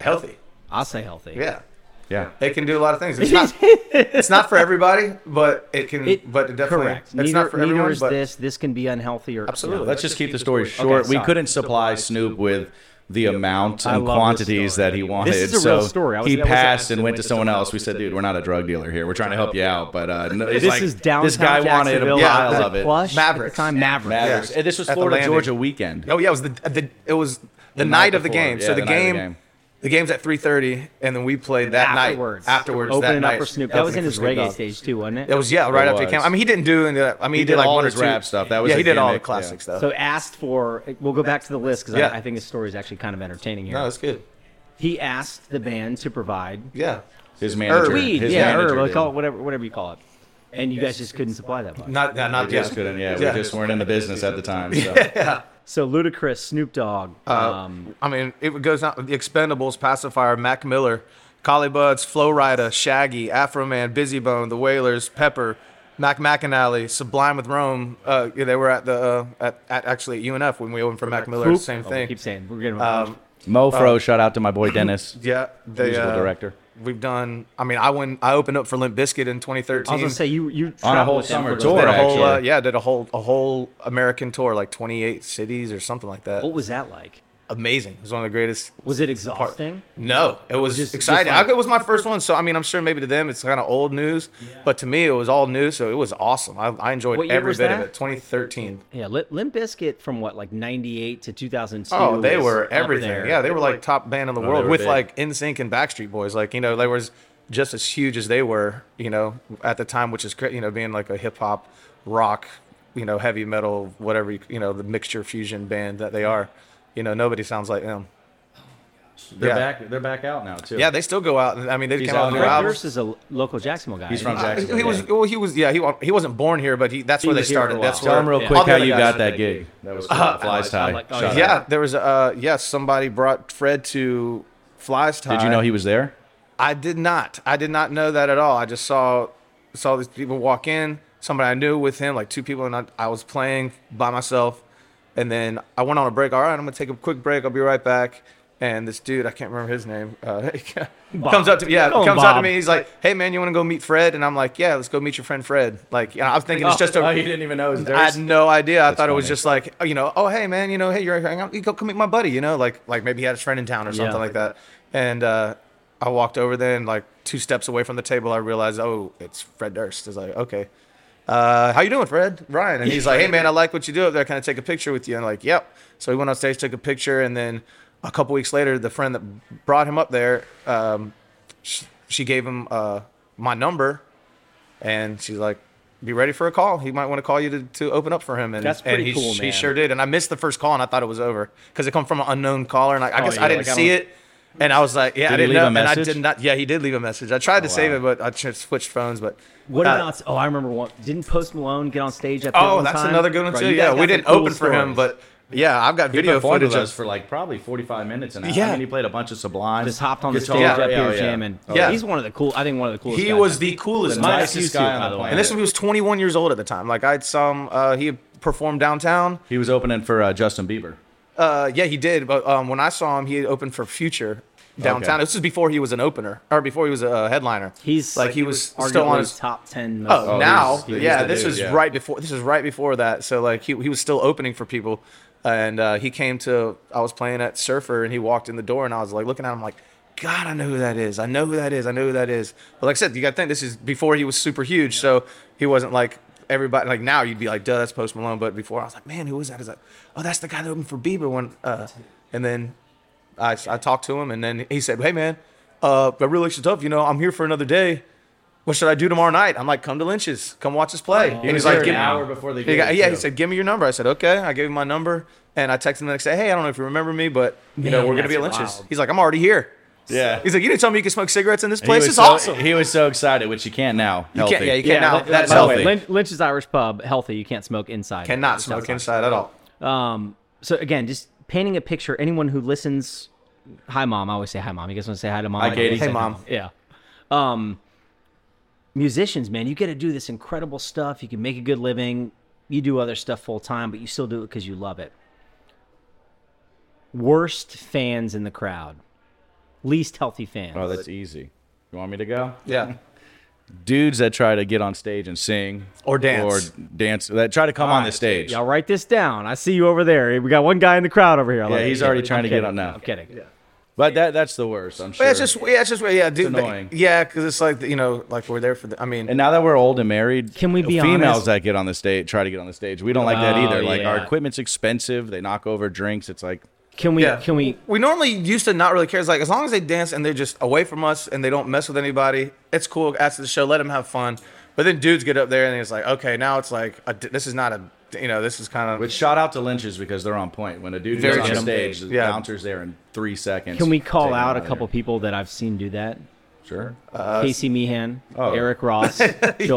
Speaker 3: healthy.
Speaker 1: I'll say healthy.
Speaker 3: Yeah.
Speaker 2: yeah.
Speaker 3: It can do a lot of things. It's not, it's not for everybody, but it can.
Speaker 1: It-
Speaker 3: but it definitely.
Speaker 1: correct.
Speaker 3: It's
Speaker 1: neither,
Speaker 3: not for
Speaker 1: neither
Speaker 3: everyone.
Speaker 1: is
Speaker 3: But
Speaker 1: this. This can be unhealthy or
Speaker 3: Absolutely.
Speaker 1: No.
Speaker 2: Let's just keep the story short. we
Speaker 1: sorry.
Speaker 2: couldn't supply Snoop with the amount
Speaker 1: I
Speaker 2: and
Speaker 1: love this
Speaker 2: quantities
Speaker 4: story.
Speaker 2: that he
Speaker 4: This
Speaker 2: wanted.
Speaker 1: is a
Speaker 2: so
Speaker 1: real story. I was-
Speaker 2: he
Speaker 1: I was
Speaker 2: passed and went to someone else. We said, "Dude, we're not a drug dealer here. We're trying to help you out." But uh, no, it's
Speaker 1: This
Speaker 2: like,
Speaker 1: is downtown
Speaker 2: This guy wanted a
Speaker 1: Jacksonville.
Speaker 3: Yeah,
Speaker 2: pile
Speaker 1: Was it
Speaker 2: of it.
Speaker 1: Plush? At
Speaker 3: Mavericks.
Speaker 1: the time, Mavericks.
Speaker 2: Mavericks. And this was
Speaker 3: At the
Speaker 2: Florida
Speaker 3: landing.
Speaker 2: Georgia weekend.
Speaker 3: oh yeah, it was the, the it was the, night of the
Speaker 2: before.
Speaker 3: game.
Speaker 2: Yeah,
Speaker 3: so the,
Speaker 2: the night of the
Speaker 3: game,
Speaker 2: game.
Speaker 3: the game's at three thirty, and then we played that
Speaker 1: Afterwards.
Speaker 3: night. Afterwards, that
Speaker 1: Opening
Speaker 3: night.
Speaker 1: up for Snoop. That was in
Speaker 3: Opening
Speaker 1: his
Speaker 3: for Snoop
Speaker 1: reggae
Speaker 3: Dogg.
Speaker 1: stage too, wasn't
Speaker 3: It
Speaker 1: it?
Speaker 3: was yeah, right
Speaker 2: It
Speaker 3: after he came.
Speaker 2: was.
Speaker 3: I mean, he didn't do any. of that. I mean, he,
Speaker 2: did
Speaker 3: like
Speaker 2: all
Speaker 3: one
Speaker 2: his
Speaker 3: or two.
Speaker 2: rap stuff. That was
Speaker 3: yeah.
Speaker 2: a
Speaker 3: He did all the
Speaker 2: gimmick, yeah.
Speaker 3: classic stuff.
Speaker 1: So asked for. We'll go back to the list because
Speaker 3: Yeah.
Speaker 1: I, I think his story is actually kind of entertaining here.
Speaker 3: no, it's good.
Speaker 1: he asked the band to provide
Speaker 3: Yeah.
Speaker 2: His manager.
Speaker 1: weed,
Speaker 2: his
Speaker 1: yeah,
Speaker 2: manager
Speaker 1: herb,
Speaker 2: did.
Speaker 1: call it whatever, whatever you call it, and you guys just couldn't supply that much.
Speaker 3: Not yeah, not
Speaker 2: We just couldn't. Yeah,
Speaker 3: Yeah.
Speaker 2: we just weren't in the business at the time. So.
Speaker 1: So Ludacris, Snoop Dogg,
Speaker 3: Uh,
Speaker 1: um,
Speaker 3: I mean, it goes down the Expendables, Pacifier, Mac Miller, Collie Buds, Flow Rida, Shaggy, Afro Man, Busy Bone, The Wailers, Pepper, Mac McAnally, Sublime with Rome. Uh, yeah, they were at the uh, at, at actually at UNF when we opened for Mac Miller.
Speaker 1: Swoop.
Speaker 3: Same
Speaker 1: I
Speaker 3: thing.
Speaker 1: Oh, keep saying we're getting
Speaker 3: Um,
Speaker 2: Mo Fro, shout out to my boy Dennis.
Speaker 3: yeah, they,
Speaker 2: Musical
Speaker 3: uh,
Speaker 2: director.
Speaker 3: We've done. I mean, I went. I opened up for Limp Bizkit in
Speaker 1: I
Speaker 3: 2013.
Speaker 1: was gonna say you you
Speaker 2: On a
Speaker 1: traveled
Speaker 2: whole
Speaker 1: with them
Speaker 2: summer
Speaker 1: for those
Speaker 2: tour,
Speaker 3: did
Speaker 1: days.
Speaker 3: a whole uh,
Speaker 2: actually.
Speaker 3: yeah, did a whole a whole American tour, like 28 cities or something like that.
Speaker 1: What was that like?
Speaker 3: Amazing. It was one of the greatest
Speaker 1: Was it exhausting?
Speaker 3: No, it was
Speaker 1: Just-
Speaker 3: exciting.
Speaker 1: just like-
Speaker 3: I- it was my first one, so I mean, I'm sure maybe to them it's kind of old news, but to me it was all new, so it was awesome. I, I enjoyed
Speaker 1: What year
Speaker 3: every
Speaker 1: was
Speaker 3: bit of
Speaker 1: that?
Speaker 3: it. 2013.
Speaker 1: Yeah, Lim- Limp Bizkit from what like '98 to 2002.
Speaker 3: Oh, they
Speaker 1: was
Speaker 3: were
Speaker 1: up there.
Speaker 3: everything. Yeah, they were like top band in the world
Speaker 2: were
Speaker 3: with
Speaker 2: big.
Speaker 3: like NSYNC and Backstreet Boys. Like you know, they was just as huge as they were, you know, at the time, which is great. You know, being like a hip hop, rock, you know, heavy metal, whatever you, you know, the mixture fusion band that they are. You know, nobody sounds like them.
Speaker 2: They're
Speaker 3: Yeah.
Speaker 2: back. They're back out now too.
Speaker 3: Yeah, they still go out. I mean, they came
Speaker 2: out
Speaker 3: out with
Speaker 2: now.
Speaker 3: new
Speaker 1: Fred
Speaker 3: albums.
Speaker 1: Durst is a local Jacksonville guy.
Speaker 2: He's from
Speaker 1: isn't he?
Speaker 3: Uh,
Speaker 2: Jacksonville.
Speaker 3: He was
Speaker 2: yeah.
Speaker 3: well. He was yeah. He wa- he wasn't born here, but he that's where
Speaker 1: He
Speaker 3: they
Speaker 1: was here for a
Speaker 3: started. That's
Speaker 1: while.
Speaker 2: Tell
Speaker 3: where.
Speaker 2: him real
Speaker 3: yeah.
Speaker 2: quick
Speaker 3: All the
Speaker 2: how
Speaker 3: other
Speaker 2: you
Speaker 3: guys-
Speaker 2: got that gig. That was cool. Fly's Top.
Speaker 1: like- oh,
Speaker 2: Shout out.
Speaker 3: Yeah, there was uh yeah somebody brought Fred to Fly's Tie.
Speaker 2: Did you know he was there?
Speaker 3: I did not. I did not know that at all. I just saw saw these people walk in. Somebody I knew with him, like two people, and I, I was playing by myself. And then I went on a break. All right, I'm gonna take a quick break. I'll be right back. And this dude, I can't remember his name, uh,
Speaker 1: Bob.
Speaker 3: comes up to me. Yeah,
Speaker 1: Call him
Speaker 3: comes up to
Speaker 1: Bob.
Speaker 3: me. He's like, "Hey man, you want to go meet Fred?" And I'm like, "Yeah, let's go meet your friend Fred." Like, you know, I'm thinking it's just a.
Speaker 2: oh, you didn't even know it was
Speaker 3: I had
Speaker 2: theirs?
Speaker 3: no idea. I thought it was
Speaker 2: funny.
Speaker 3: just like, oh, you know, oh hey man, you know, hey, you're hanging out. You go come meet my buddy, you know, like like maybe he had a friend in town or something
Speaker 1: Yeah.
Speaker 3: like that. And uh, I walked over there and like two steps away from the table, I realized, oh, it's Fred Durst. I was like, okay, uh, how you doing, Fred? Ryan, and he's like, hey man, I like what you do up there. Can I take a picture with you? And like, yep. So we went on stage, took a picture, and then a couple weeks later, the friend that brought him up there, um, she, she gave him uh, my number and she's like, "Be ready for a call. He might want to call you to, to open up for him." And
Speaker 1: That's
Speaker 3: and
Speaker 1: pretty
Speaker 3: he,
Speaker 1: cool,
Speaker 3: She
Speaker 1: man.
Speaker 3: sure did. And I missed the first call, and I thought it was over because it come from an unknown caller, and I,
Speaker 2: Oh,
Speaker 3: I guess
Speaker 1: yeah,
Speaker 3: I didn't
Speaker 1: like, I
Speaker 3: see
Speaker 1: don't-
Speaker 3: it. And I was like, "Yeah, I
Speaker 2: Did he
Speaker 3: didn't
Speaker 2: leave
Speaker 3: know."
Speaker 2: a
Speaker 3: And I
Speaker 2: message? Oh,
Speaker 3: did not. Yeah, he did leave a message. I tried to save
Speaker 2: wow.
Speaker 3: it, but I ch- switched phones. But
Speaker 1: What
Speaker 3: uh,
Speaker 1: about? Oh, I remember one. Didn't Post Malone get on stage at?
Speaker 3: Oh, that's another good one too. yeah, we didn't open for him, but yeah, I've got
Speaker 2: He
Speaker 3: video
Speaker 2: performed
Speaker 3: footage
Speaker 2: with
Speaker 3: of.
Speaker 2: us for like probably 45 minutes and
Speaker 3: Yeah.
Speaker 2: I mean, he played a bunch of Sublime.
Speaker 1: just hopped on the
Speaker 2: guitar,
Speaker 1: stage
Speaker 3: yeah,
Speaker 1: up here
Speaker 2: yeah.
Speaker 1: jamming.
Speaker 2: Oh,
Speaker 3: yeah.
Speaker 1: he's one of the cool. I think one of the coolest.
Speaker 3: he
Speaker 1: guys.
Speaker 3: was the coolest.
Speaker 2: The
Speaker 3: guy.
Speaker 1: Minus you
Speaker 2: nicest
Speaker 1: two,
Speaker 2: guy
Speaker 1: by
Speaker 2: on
Speaker 1: the
Speaker 2: the
Speaker 1: way.
Speaker 2: planet.
Speaker 3: And this one, he was 21 years old at the time. Like I saw him, uh, he performed downtown.
Speaker 2: he was opening for uh, Justin Bieber.
Speaker 3: Uh, yeah, he did. But um, when I saw him, he had opened for Future downtown.
Speaker 2: Okay.
Speaker 3: This is before he was an opener or before he was a headliner.
Speaker 1: He's
Speaker 3: like he was
Speaker 1: arguably
Speaker 3: still on his.
Speaker 1: top ten. Most
Speaker 3: Oh,
Speaker 2: Oh,
Speaker 3: now,
Speaker 2: he's- he was
Speaker 3: yeah,
Speaker 2: the
Speaker 3: this
Speaker 2: dude,
Speaker 3: was
Speaker 2: yeah.
Speaker 3: right before. This was right before that. So like he he was still opening for people, and uh, he came to. I was playing at Surfer, and he walked in the door, and I was like looking at him like. God, I know who that is. I know who that is. I know who that is. But like I said, you got to think this is before he was super huge, so he wasn't like everybody. Like now, you'd be like, "Duh, that's Post Malone." But before, I was like, "Man, who was that?" Is that? Oh, that's the guy that opened for Bieber when. Uh, and then I, I talked to him, and then he said, "Hey, man, uh, I really should tough. You know, I'm here for another day. What should I do tomorrow night?" I'm like, "Come to Lynch's. Come watch us play." and
Speaker 2: was
Speaker 3: he's
Speaker 2: there
Speaker 3: like,
Speaker 2: an
Speaker 3: "Give me."
Speaker 2: hour before they
Speaker 3: He
Speaker 2: did
Speaker 3: got-
Speaker 2: it,
Speaker 3: yeah, he
Speaker 2: too.
Speaker 3: said, "Give me your number." I said, "Okay." I gave him my number, and I texted him the next day, "Hey, I don't know if you remember me, but you
Speaker 1: Man,
Speaker 3: know, we're gonna
Speaker 1: that's
Speaker 3: be at Lynch's."
Speaker 1: wild.
Speaker 3: He's like, "I'm already here."
Speaker 2: Yeah.
Speaker 3: He's like, "You didn't tell me you could smoke cigarettes in this
Speaker 2: He
Speaker 3: place.
Speaker 2: was
Speaker 3: It's
Speaker 2: so,
Speaker 3: awesome."
Speaker 2: He was so excited, which you can't now.
Speaker 3: You can't, yeah, you can't now.
Speaker 1: yeah,
Speaker 3: That's
Speaker 1: by the way,
Speaker 3: healthy.
Speaker 1: Lynch, Lynch's Irish Pub, healthy. You can't smoke inside.
Speaker 3: Cannot
Speaker 1: Just
Speaker 3: smoke
Speaker 1: outside.
Speaker 3: inside at all.
Speaker 1: Um, so again, just painting a picture. Anyone who listens, hi mom. I always say hi mom. You guys want to say hi to mom?
Speaker 2: Hi,
Speaker 1: I
Speaker 2: Katie.
Speaker 1: always
Speaker 2: Hey,
Speaker 1: say
Speaker 3: Mom.
Speaker 1: Yeah. Um, musicians, man, you get to do this incredible stuff. You can make a good living. You do other stuff full time, but you still do it because you love it. Worst fans in the crowd, least healthy fans.
Speaker 2: Oh, that's easy. You want me to go?
Speaker 3: Yeah.
Speaker 2: Dudes that try to get on stage and sing
Speaker 3: Or dance.
Speaker 2: or dance that try to come on the stage.
Speaker 1: Y'all write this down. I see you over there. We got one guy in the crowd over here. I love it.
Speaker 2: he's already trying
Speaker 1: I'm
Speaker 2: to get
Speaker 1: kidding.
Speaker 2: up now.
Speaker 1: I'm kidding.
Speaker 2: But that that's the worst. I'm sure.
Speaker 3: But it's just, yeah, it's just, yeah, dude.
Speaker 2: annoying.
Speaker 3: yeah, because it's like, you know, like we're there for the. I mean,
Speaker 2: and now that we're old and married,
Speaker 1: Can we be
Speaker 2: females
Speaker 1: honest?
Speaker 2: that get on the stage try to get on the stage? We don't like that
Speaker 1: Oh,
Speaker 2: either. Like our
Speaker 1: yeah.
Speaker 2: equipment's expensive. They knock over drinks. It's like
Speaker 1: Can we?
Speaker 3: Yeah.
Speaker 1: Can we?
Speaker 3: We normally used to not really care. It's like as long as they dance and they're just away from us and they don't mess with anybody, it's cool. After the show, let them have fun. But then dudes get up there and it's like, okay, now it's like a, this is not a, you know, this is kind of
Speaker 2: But shout out to Lynch's because they're on point. When a dude
Speaker 3: Very
Speaker 2: gets on
Speaker 3: true.
Speaker 2: stage, the
Speaker 3: Yeah.
Speaker 2: bouncer's there in three seconds.
Speaker 1: Can we call
Speaker 2: Take him
Speaker 1: out a
Speaker 2: of
Speaker 1: couple people that I've seen do that?
Speaker 2: there. Sure.
Speaker 1: Casey Meehan,
Speaker 2: oh.
Speaker 1: Eric Ross, Joe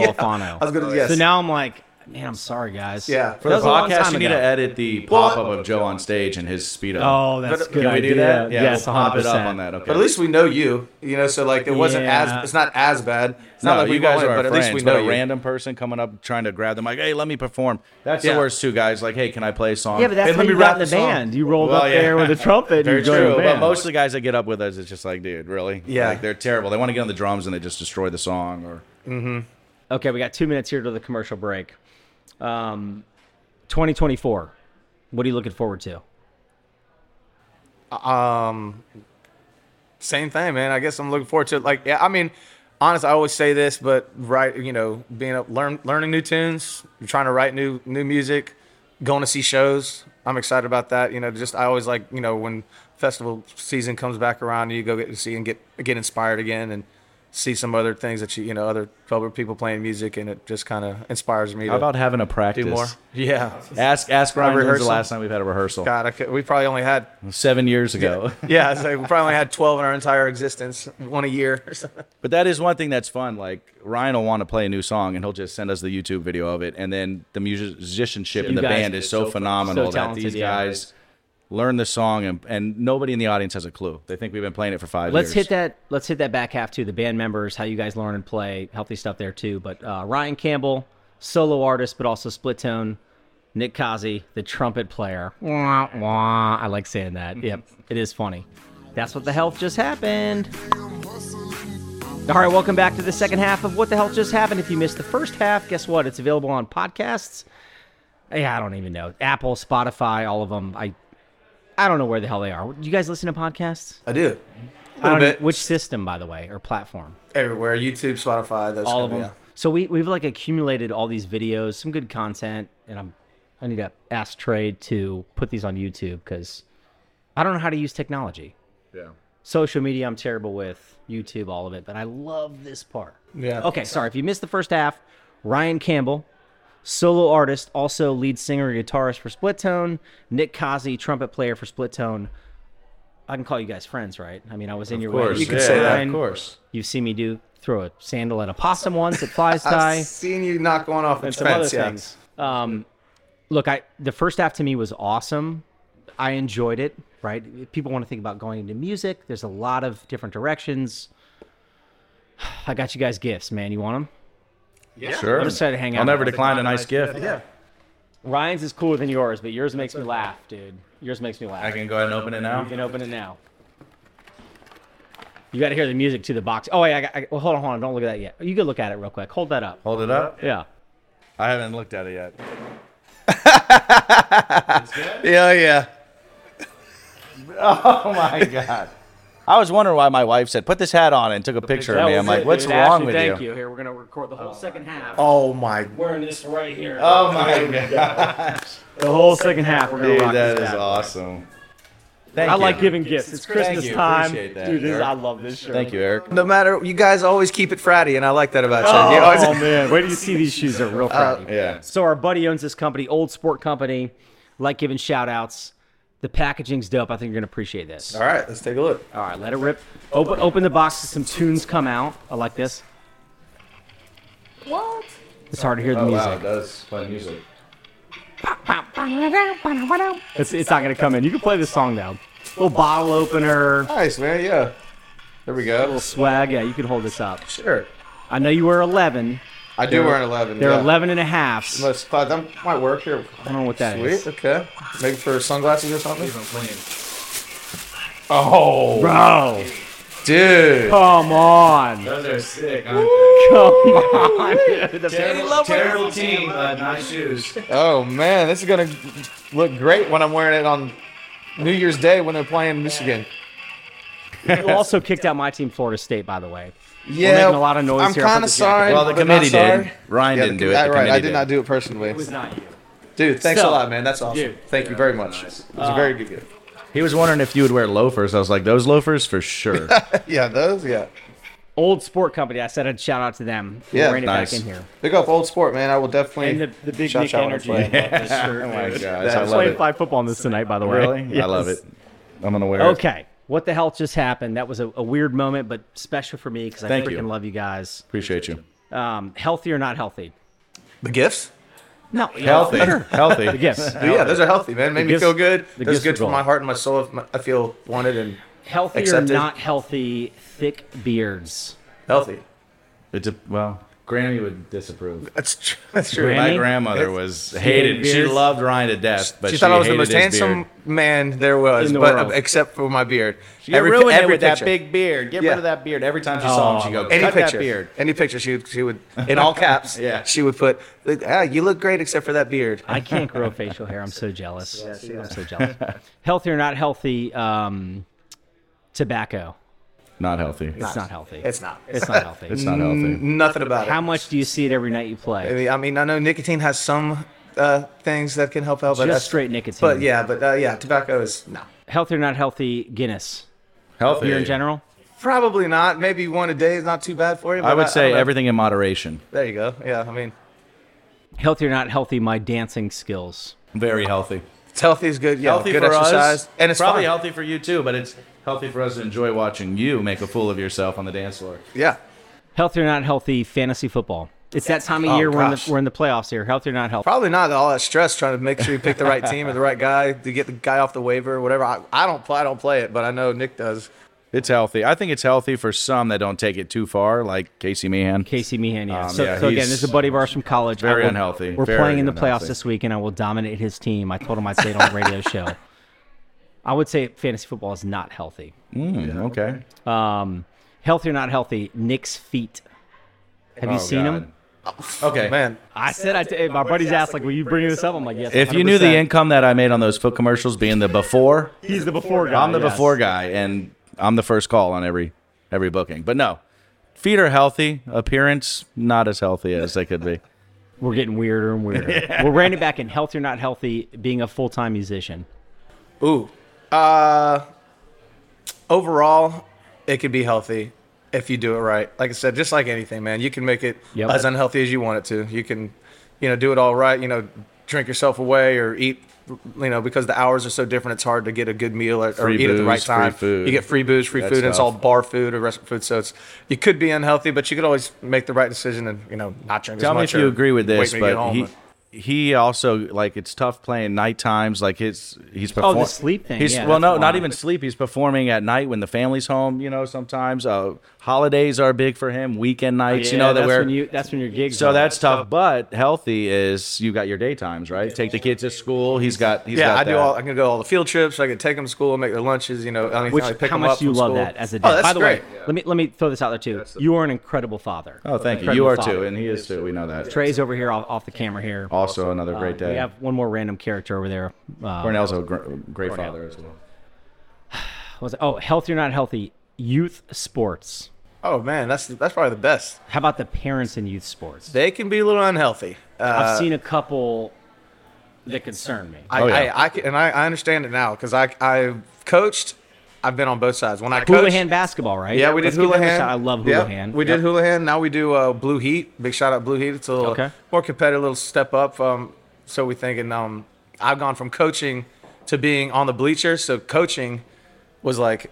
Speaker 1: Alfano.
Speaker 3: Uh, I was gonna- yes.
Speaker 1: So now I'm like, man, I'm sorry, guys.
Speaker 3: Yeah.
Speaker 2: For
Speaker 1: That
Speaker 2: the
Speaker 1: was a long
Speaker 2: podcast,
Speaker 1: time
Speaker 2: you need
Speaker 1: ago.
Speaker 2: to edit the
Speaker 3: Well,
Speaker 2: pop up of Joe on stage and his speed up.
Speaker 1: Oh, that's a
Speaker 3: But-
Speaker 1: good.
Speaker 2: Can we
Speaker 1: idea.
Speaker 2: do that? Yeah,
Speaker 1: yes,
Speaker 2: we'll pop it up
Speaker 1: 100%.
Speaker 2: on that. Okay.
Speaker 3: But at least we know you, you know. So like it wasn't
Speaker 1: Yeah.
Speaker 3: as it's not as bad. It's not
Speaker 2: no,
Speaker 3: like we
Speaker 2: you guys
Speaker 3: won't
Speaker 2: are
Speaker 3: win,
Speaker 2: our
Speaker 3: but
Speaker 2: friends.
Speaker 3: at least we
Speaker 2: but
Speaker 3: know
Speaker 2: a
Speaker 3: you.
Speaker 2: random person coming up trying to grab them, like, hey, let me perform. That's
Speaker 3: Yeah.
Speaker 2: the worst, too, guys. Like, hey, can I play a song?
Speaker 1: Yeah, but that's
Speaker 3: Hey,
Speaker 1: how
Speaker 3: let me
Speaker 1: you got
Speaker 3: rap
Speaker 1: in the
Speaker 3: the song.
Speaker 1: band. You rolled up
Speaker 2: Well, yeah.
Speaker 1: there with a trumpet.
Speaker 2: Very
Speaker 1: and you joined
Speaker 2: true.
Speaker 1: The
Speaker 2: But
Speaker 1: band.
Speaker 2: most of the guys that get up with us, it's just like, dude, really?
Speaker 3: Yeah.
Speaker 2: Like, they're terrible. They want to get on the drums and they just destroy the song. Or
Speaker 1: Okay, we got two minutes here to the commercial break. Um, 2024. What are you looking forward to?
Speaker 3: Um, same thing, man. I guess I'm looking forward to it. Like, yeah, I mean, honest, I always say this, but right, you know, being up, learn, learning new tunes, trying to write new, new music, going to see shows. I'm excited about that. You know, just I always like, you know, when festival season comes back around, you go get to see and get get inspired again and see some other things that you, you know, other other people playing music, and it just kind of inspires me
Speaker 2: how
Speaker 3: to
Speaker 2: about having a practice?
Speaker 3: do more. Yeah,
Speaker 2: Ask, ask Ryan when's the
Speaker 3: rehearsal?
Speaker 2: last time we've had a rehearsal.
Speaker 3: God, I could, we probably only had
Speaker 2: Seven years ago.
Speaker 3: yeah, it's like we probably only had 12 in our entire existence, one a year or something.
Speaker 2: But that is one thing that's fun. Like Ryan will want to play a new song, and he'll just send us the YouTube video of it. And then the music- musicianship in
Speaker 1: You
Speaker 2: the
Speaker 1: guys
Speaker 2: band
Speaker 1: are
Speaker 2: is so,
Speaker 1: so-
Speaker 2: phenomenal
Speaker 1: so
Speaker 2: that
Speaker 1: talented,
Speaker 2: these
Speaker 1: yeah.
Speaker 2: guys learn the song, and, and nobody in the audience has a clue. They think we've been playing it for 5
Speaker 1: Let's
Speaker 2: years.
Speaker 1: hit that. Let's hit that back half too. The band members, how you guys learn and play, healthy stuff there too. But uh, Ryan Campbell, solo artist, but also split tone. Nick Kazi, the trumpet player. Wah, wah. I like saying that. Yep, it is funny. That's what the health just happened. All right, welcome back to the second half of What the Health Just Happened. If you missed the first half, guess what? It's available on podcasts. Yeah, I don't even know. Apple, Spotify, all of them. I I don't know where the hell they are. Do you guys listen to podcasts?
Speaker 3: I
Speaker 1: I
Speaker 3: do. A little
Speaker 1: don't
Speaker 3: bit.
Speaker 1: know Which system, by the way, or platform?
Speaker 3: Everywhere. YouTube, Spotify, those
Speaker 1: all of them.
Speaker 3: kinda-
Speaker 1: So we we've like accumulated all these videos, some good content, and I'm I need to ask Trade to put these on YouTube because I don't know how to use technology.
Speaker 2: Yeah.
Speaker 1: Social media, I'm terrible with YouTube, all of it, but I love this part.
Speaker 3: Yeah.
Speaker 1: Okay, sorry if you missed the first half. Ryan Campbell, solo artist, also lead singer and guitarist for Split Tone. Nick Kazi, trumpet player for Split Tone. I can call you guys friends, right? I mean, I was in your
Speaker 2: Of course.
Speaker 1: wedding.
Speaker 3: You can say that, of
Speaker 1: Ryan,
Speaker 2: course.
Speaker 1: You've seen me do throw a sandal at a possum once. It flies
Speaker 3: I've
Speaker 1: die.
Speaker 3: seen you knock one off its
Speaker 1: some other
Speaker 3: fence. Yeah.
Speaker 1: things. Um, look, I the first half to me was awesome. I enjoyed it. Right? If People want to think about going into music. There's a lot of different directions. I got you guys gifts, man. You want them?
Speaker 2: Sure.
Speaker 1: I'm excited to hang out
Speaker 2: I'll never
Speaker 1: with you.
Speaker 2: decline a nice gift.
Speaker 3: Yeah.
Speaker 1: Ryan's is cooler than yours, but yours makes me laugh, dude. Yours makes me laugh.
Speaker 2: I can go ahead and open it now.
Speaker 1: You can open it now. You got to hear the music to the box. Oh wait, I, got- I, well, hold on, hold on. Don't look at that yet. You can look at it real quick. Hold that up.
Speaker 2: Hold it up.
Speaker 1: Yeah.
Speaker 2: I haven't looked at it yet.
Speaker 3: Yeah, yeah.
Speaker 2: Oh my god. I was wondering why my wife said, "Put this hat on," and took a picture
Speaker 1: That
Speaker 2: of me.
Speaker 1: was
Speaker 2: I'm like,
Speaker 1: it,
Speaker 2: "What's
Speaker 1: dude.
Speaker 2: wrong
Speaker 1: Ashley,
Speaker 2: with
Speaker 1: thank
Speaker 2: you?"
Speaker 1: Here, we're gonna record the whole second half.
Speaker 3: Oh my
Speaker 1: Wearing this right here.
Speaker 2: Oh my god,
Speaker 1: the whole second half. We're gonna
Speaker 2: dude,
Speaker 1: rock
Speaker 2: that
Speaker 1: this
Speaker 2: is
Speaker 1: bad boy.
Speaker 2: awesome. Thank
Speaker 1: I
Speaker 2: you.
Speaker 1: like giving gifts. It's Christmas
Speaker 2: you.
Speaker 1: time,
Speaker 2: Appreciate that,
Speaker 1: dude. This, is-
Speaker 2: Eric.
Speaker 1: I love this shirt.
Speaker 2: Thank you, Eric.
Speaker 3: No matter, you guys always keep it Friday, and I like that about you.
Speaker 1: Oh,
Speaker 3: You always-
Speaker 1: man, where do you see these shoes? They're real Friday.
Speaker 2: Yeah.
Speaker 1: So our buddy owns this company, Old Sport Company. Like giving shout outs. The packaging's dope. I think you're gonna appreciate this. All
Speaker 3: All right, let's take a look.
Speaker 1: right, let it rip. Open open the box. Some tunes come out. I like this.
Speaker 4: What?
Speaker 1: It's hard to hear the music.
Speaker 2: does fun music.
Speaker 1: It's it's not gonna come in. You can play this song now. Little bottle opener,
Speaker 3: Nice, man. Yeah. There we go.
Speaker 1: little swag. Yeah, you can hold this up.
Speaker 3: Sure.
Speaker 1: I know you were 11.
Speaker 3: I do wear an 11.
Speaker 1: They're
Speaker 3: yeah.
Speaker 1: 11 and a half. I
Speaker 3: Let's, uh, that might work here.
Speaker 1: don't know what that
Speaker 3: Sweet.
Speaker 1: is.
Speaker 3: Okay. Maybe for sunglasses or something. Oh,
Speaker 1: Bro,
Speaker 3: dude.
Speaker 1: come on.
Speaker 2: Those are sick. Aren't
Speaker 1: Come on. dude. The-
Speaker 2: terrible, terrible team, but nice shoes.
Speaker 3: Oh man, this is gonna look great when I'm wearing it on New Year's Day when they're playing Michigan.
Speaker 1: you also kicked out my team, Florida State, by the way.
Speaker 3: Yeah,
Speaker 1: making a lot of noise
Speaker 3: I'm
Speaker 1: here. I'll put
Speaker 3: kind
Speaker 1: the
Speaker 3: of
Speaker 1: jacket
Speaker 3: sorry.
Speaker 2: Well, the
Speaker 3: but not
Speaker 2: committee did.
Speaker 3: sorry.
Speaker 2: Ryan
Speaker 3: Yeah,
Speaker 2: didn't
Speaker 3: the-
Speaker 2: do it.
Speaker 3: I-
Speaker 2: The
Speaker 3: right,
Speaker 2: committee
Speaker 3: I did not do it personally.
Speaker 1: It was not you.
Speaker 3: Dude, thanks
Speaker 1: So-
Speaker 3: a lot, man. That's awesome.
Speaker 1: Dude.
Speaker 3: Thank you very much. It's a very good gift.
Speaker 2: He was wondering if you would wear loafers. I was like, those loafers for sure.
Speaker 3: Yeah, those. Yeah.
Speaker 1: Old Sport Company. I said I'd shout out to them. for
Speaker 3: Yeah,
Speaker 1: bringing
Speaker 2: nice.
Speaker 1: it back in here.
Speaker 3: Pick up old sport, man. I will definitely.
Speaker 1: And the, the big
Speaker 3: shout
Speaker 1: Nick
Speaker 3: you out when I
Speaker 1: energy.
Speaker 3: play.
Speaker 2: oh my gosh, I
Speaker 3: That's
Speaker 2: love
Speaker 1: Playing
Speaker 2: it.
Speaker 1: flag football on this tonight, by the way.
Speaker 2: Really?
Speaker 1: Yes.
Speaker 2: I love it. I'm gonna wear it.
Speaker 1: Okay. What the hell just happened? That was a, a weird moment, but special for me because I
Speaker 2: Thank
Speaker 1: freaking
Speaker 2: you.
Speaker 1: love you guys.
Speaker 2: Appreciate you.
Speaker 1: Um, healthy or not healthy?
Speaker 3: The gifts?
Speaker 1: No,
Speaker 2: Healthy,
Speaker 1: Sure.
Speaker 2: healthy.
Speaker 1: The gifts.
Speaker 3: Yeah, those are healthy, man. Made me
Speaker 1: gifts-
Speaker 3: feel good.
Speaker 1: the
Speaker 3: That's
Speaker 1: gifts
Speaker 3: good
Speaker 1: were
Speaker 3: for my
Speaker 1: gold.
Speaker 3: heart and my soul. If my, I feel wanted and
Speaker 1: Healthy
Speaker 3: Accepted.
Speaker 1: or not healthy? Thick beards.
Speaker 3: healthy.
Speaker 2: It's a, well, Granny would disapprove.
Speaker 3: That's true. That's true.
Speaker 1: Granny?
Speaker 2: My grandmother was hated. She
Speaker 1: beards?
Speaker 2: loved Ryan to death, but
Speaker 3: she thought I was the
Speaker 2: hated
Speaker 3: most
Speaker 2: his
Speaker 3: handsome
Speaker 2: beard.
Speaker 3: man there was,
Speaker 1: In the
Speaker 3: but
Speaker 1: world.
Speaker 3: except for my beard.
Speaker 2: You ruined it with
Speaker 3: picture.
Speaker 2: that big beard. Get
Speaker 3: Yeah.
Speaker 2: rid of that beard. Every time she
Speaker 1: Oh,
Speaker 2: saw him, she
Speaker 1: I
Speaker 2: go,
Speaker 1: love
Speaker 2: cut
Speaker 3: any picture,
Speaker 2: that beard.
Speaker 3: any picture, she would, she would in all caps.
Speaker 2: Yeah.
Speaker 3: she would put, ah, "You look great except for that beard."
Speaker 1: I can't grow facial hair. I'm so jealous. I'm so jealous. healthy or not healthy? Um, tobacco.
Speaker 2: Not healthy.
Speaker 1: It's not healthy.
Speaker 3: It's not.
Speaker 1: It's not healthy.
Speaker 2: It's not healthy.
Speaker 3: Nothing about
Speaker 1: How
Speaker 3: it.
Speaker 1: much do you see it every night you
Speaker 3: I
Speaker 1: play?
Speaker 3: mean, I mean, I know nicotine has some uh, things that can help out, but
Speaker 1: Just
Speaker 3: that's-
Speaker 1: straight nicotine.
Speaker 3: But yeah, but uh, yeah, tobacco is no,
Speaker 1: Healthy or not healthy? Guinness.
Speaker 2: Healthy.
Speaker 1: Beer in general.
Speaker 3: probably not. Maybe one a day is not too bad for you.
Speaker 2: I
Speaker 3: but
Speaker 2: would
Speaker 3: don't
Speaker 2: say
Speaker 3: know.
Speaker 2: everything in moderation.
Speaker 3: There you go. Yeah, I mean,
Speaker 1: Healthy or not healthy? My dancing skills.
Speaker 2: Very healthy.
Speaker 3: it's healthy is good. Yeah,
Speaker 2: Healthy
Speaker 3: good
Speaker 2: for
Speaker 3: exercise,
Speaker 2: us.
Speaker 3: and it's
Speaker 2: probably
Speaker 3: fun.
Speaker 2: healthy for you too, but it's healthy for us to enjoy watching you make a fool of yourself on the dance floor.
Speaker 3: Yeah,
Speaker 1: Healthy or not healthy? Fantasy football. It's that time of
Speaker 3: Oh,
Speaker 1: year we're in, the,
Speaker 3: gosh.
Speaker 1: we're in the playoffs here. Healthy or not healthy?
Speaker 3: probably not all that stress trying to make sure you pick the right team or the right guy to get the guy off the waiver or whatever. I, I don't play. I don't play it, but I know Nick does.
Speaker 2: It's healthy. I think it's healthy for some that don't take it too far, like Casey Meehan.
Speaker 1: Casey Meehan, yeah.
Speaker 2: Um,
Speaker 1: so,
Speaker 2: yeah,
Speaker 1: so again,
Speaker 2: he's-
Speaker 1: this is a buddy of ours from college. I
Speaker 2: very
Speaker 1: will-
Speaker 2: unhealthy,
Speaker 1: We're
Speaker 2: very
Speaker 1: playing in the
Speaker 2: unhealthy.
Speaker 1: playoffs this week, and I will dominate his team. I told him I'd say it on the radio show. I would say fantasy football is not healthy.
Speaker 2: Mm, okay.
Speaker 1: Um, healthy or not healthy, Nick's feet. Have you seen
Speaker 2: Oh, God.
Speaker 1: him?
Speaker 2: Okay.
Speaker 3: Man,
Speaker 1: I said, I t- my buddy's asked, like, will you bring this up? I'm like, yes.
Speaker 2: If you knew the
Speaker 1: 100%.
Speaker 2: income that I made on those foot commercials being the before,
Speaker 1: he's the before guy.
Speaker 2: I'm the
Speaker 1: yes.
Speaker 2: before guy and I'm the first call on every every booking. But no. Feet are healthy, appearance not as healthy as they could be.
Speaker 1: We're getting weirder and weirder. We're ranting back in healthy or not healthy, being a full time musician.
Speaker 3: Ooh. Uh, overall, it could be healthy if you do it right. Like I said, just like anything, man, you can make it
Speaker 1: Yep.
Speaker 3: as unhealthy as you want it to. You can, you know, do it all right. You know, drink yourself away or eat. You know, because the hours are so different, it's hard to get a good meal or, or
Speaker 2: Free
Speaker 3: eat at the right
Speaker 2: booze, free
Speaker 3: time.
Speaker 2: food.
Speaker 3: You get free booze, free
Speaker 2: That's
Speaker 3: food, and it's all
Speaker 2: tough.
Speaker 3: bar food or restaurant food. So it's you could be unhealthy, but you could always make the right decision and you know not drink
Speaker 2: Tell
Speaker 3: as
Speaker 2: me
Speaker 3: much.
Speaker 2: if you
Speaker 3: or
Speaker 2: agree with
Speaker 3: wait
Speaker 2: this,
Speaker 3: till you get
Speaker 2: but
Speaker 3: home.
Speaker 2: he he also like it's tough playing night times. Like his he's
Speaker 1: Oh,
Speaker 2: performing
Speaker 1: the sleep thing,
Speaker 2: He's
Speaker 1: yeah, that's
Speaker 2: well, no, not
Speaker 1: wild.
Speaker 2: even sleep. He's performing at night when the family's home. You know, sometimes uh, holidays are big for him. Weekend nights, you know, that
Speaker 1: Oh, that's
Speaker 2: where
Speaker 1: when you that's when your gigs.
Speaker 2: so
Speaker 1: are.
Speaker 2: that's tough. But healthy is you got your daytimes right. Take the kids to school. He's got he's
Speaker 3: Yeah,
Speaker 2: got
Speaker 3: I do.
Speaker 2: that.
Speaker 3: All, I can go all the field trips. I can take them to school, make their lunches. You know, I mean,
Speaker 1: which
Speaker 3: I pick
Speaker 1: how
Speaker 3: them
Speaker 1: much
Speaker 3: up
Speaker 1: do you
Speaker 3: from
Speaker 1: love
Speaker 3: school.
Speaker 1: that as a dad?
Speaker 3: Oh, that's
Speaker 1: By the
Speaker 3: great.
Speaker 1: way, let me let me throw this out there too. You are an incredible father.
Speaker 2: Oh, thank you.
Speaker 1: Incredible
Speaker 2: You are
Speaker 1: father.
Speaker 2: too, and he is too. We know that.
Speaker 1: Trey's over here off, off the camera here.
Speaker 2: Also, another great
Speaker 1: uh, We
Speaker 2: day.
Speaker 1: have one more random character over there. Uh,
Speaker 2: Cornell's a gr- great father as well.
Speaker 1: was it- oh, healthy or not healthy? Youth sports.
Speaker 3: Oh man, that's that's probably the best.
Speaker 1: How about the parents in youth sports?
Speaker 3: They can be a little unhealthy. Uh,
Speaker 1: I've seen a couple that concern me.
Speaker 3: I,
Speaker 2: Oh, yeah.
Speaker 3: I, I can, and I, I understand it now because I I've coached. I've been on both sides. When I coached,
Speaker 1: Houlihan basketball, right?
Speaker 3: yeah, we did
Speaker 1: Let's give them a
Speaker 3: Houlihan.
Speaker 1: shout. I love
Speaker 3: Yeah,
Speaker 1: Houlihan.
Speaker 3: we
Speaker 1: Yep.
Speaker 3: did Houlihan. Now we do uh, Blue Heat. Big shout out Blue Heat. It's a little
Speaker 1: Okay.
Speaker 3: more competitive, little step up. Um, so we think, and um, I've gone from coaching to being on the bleachers. So coaching was like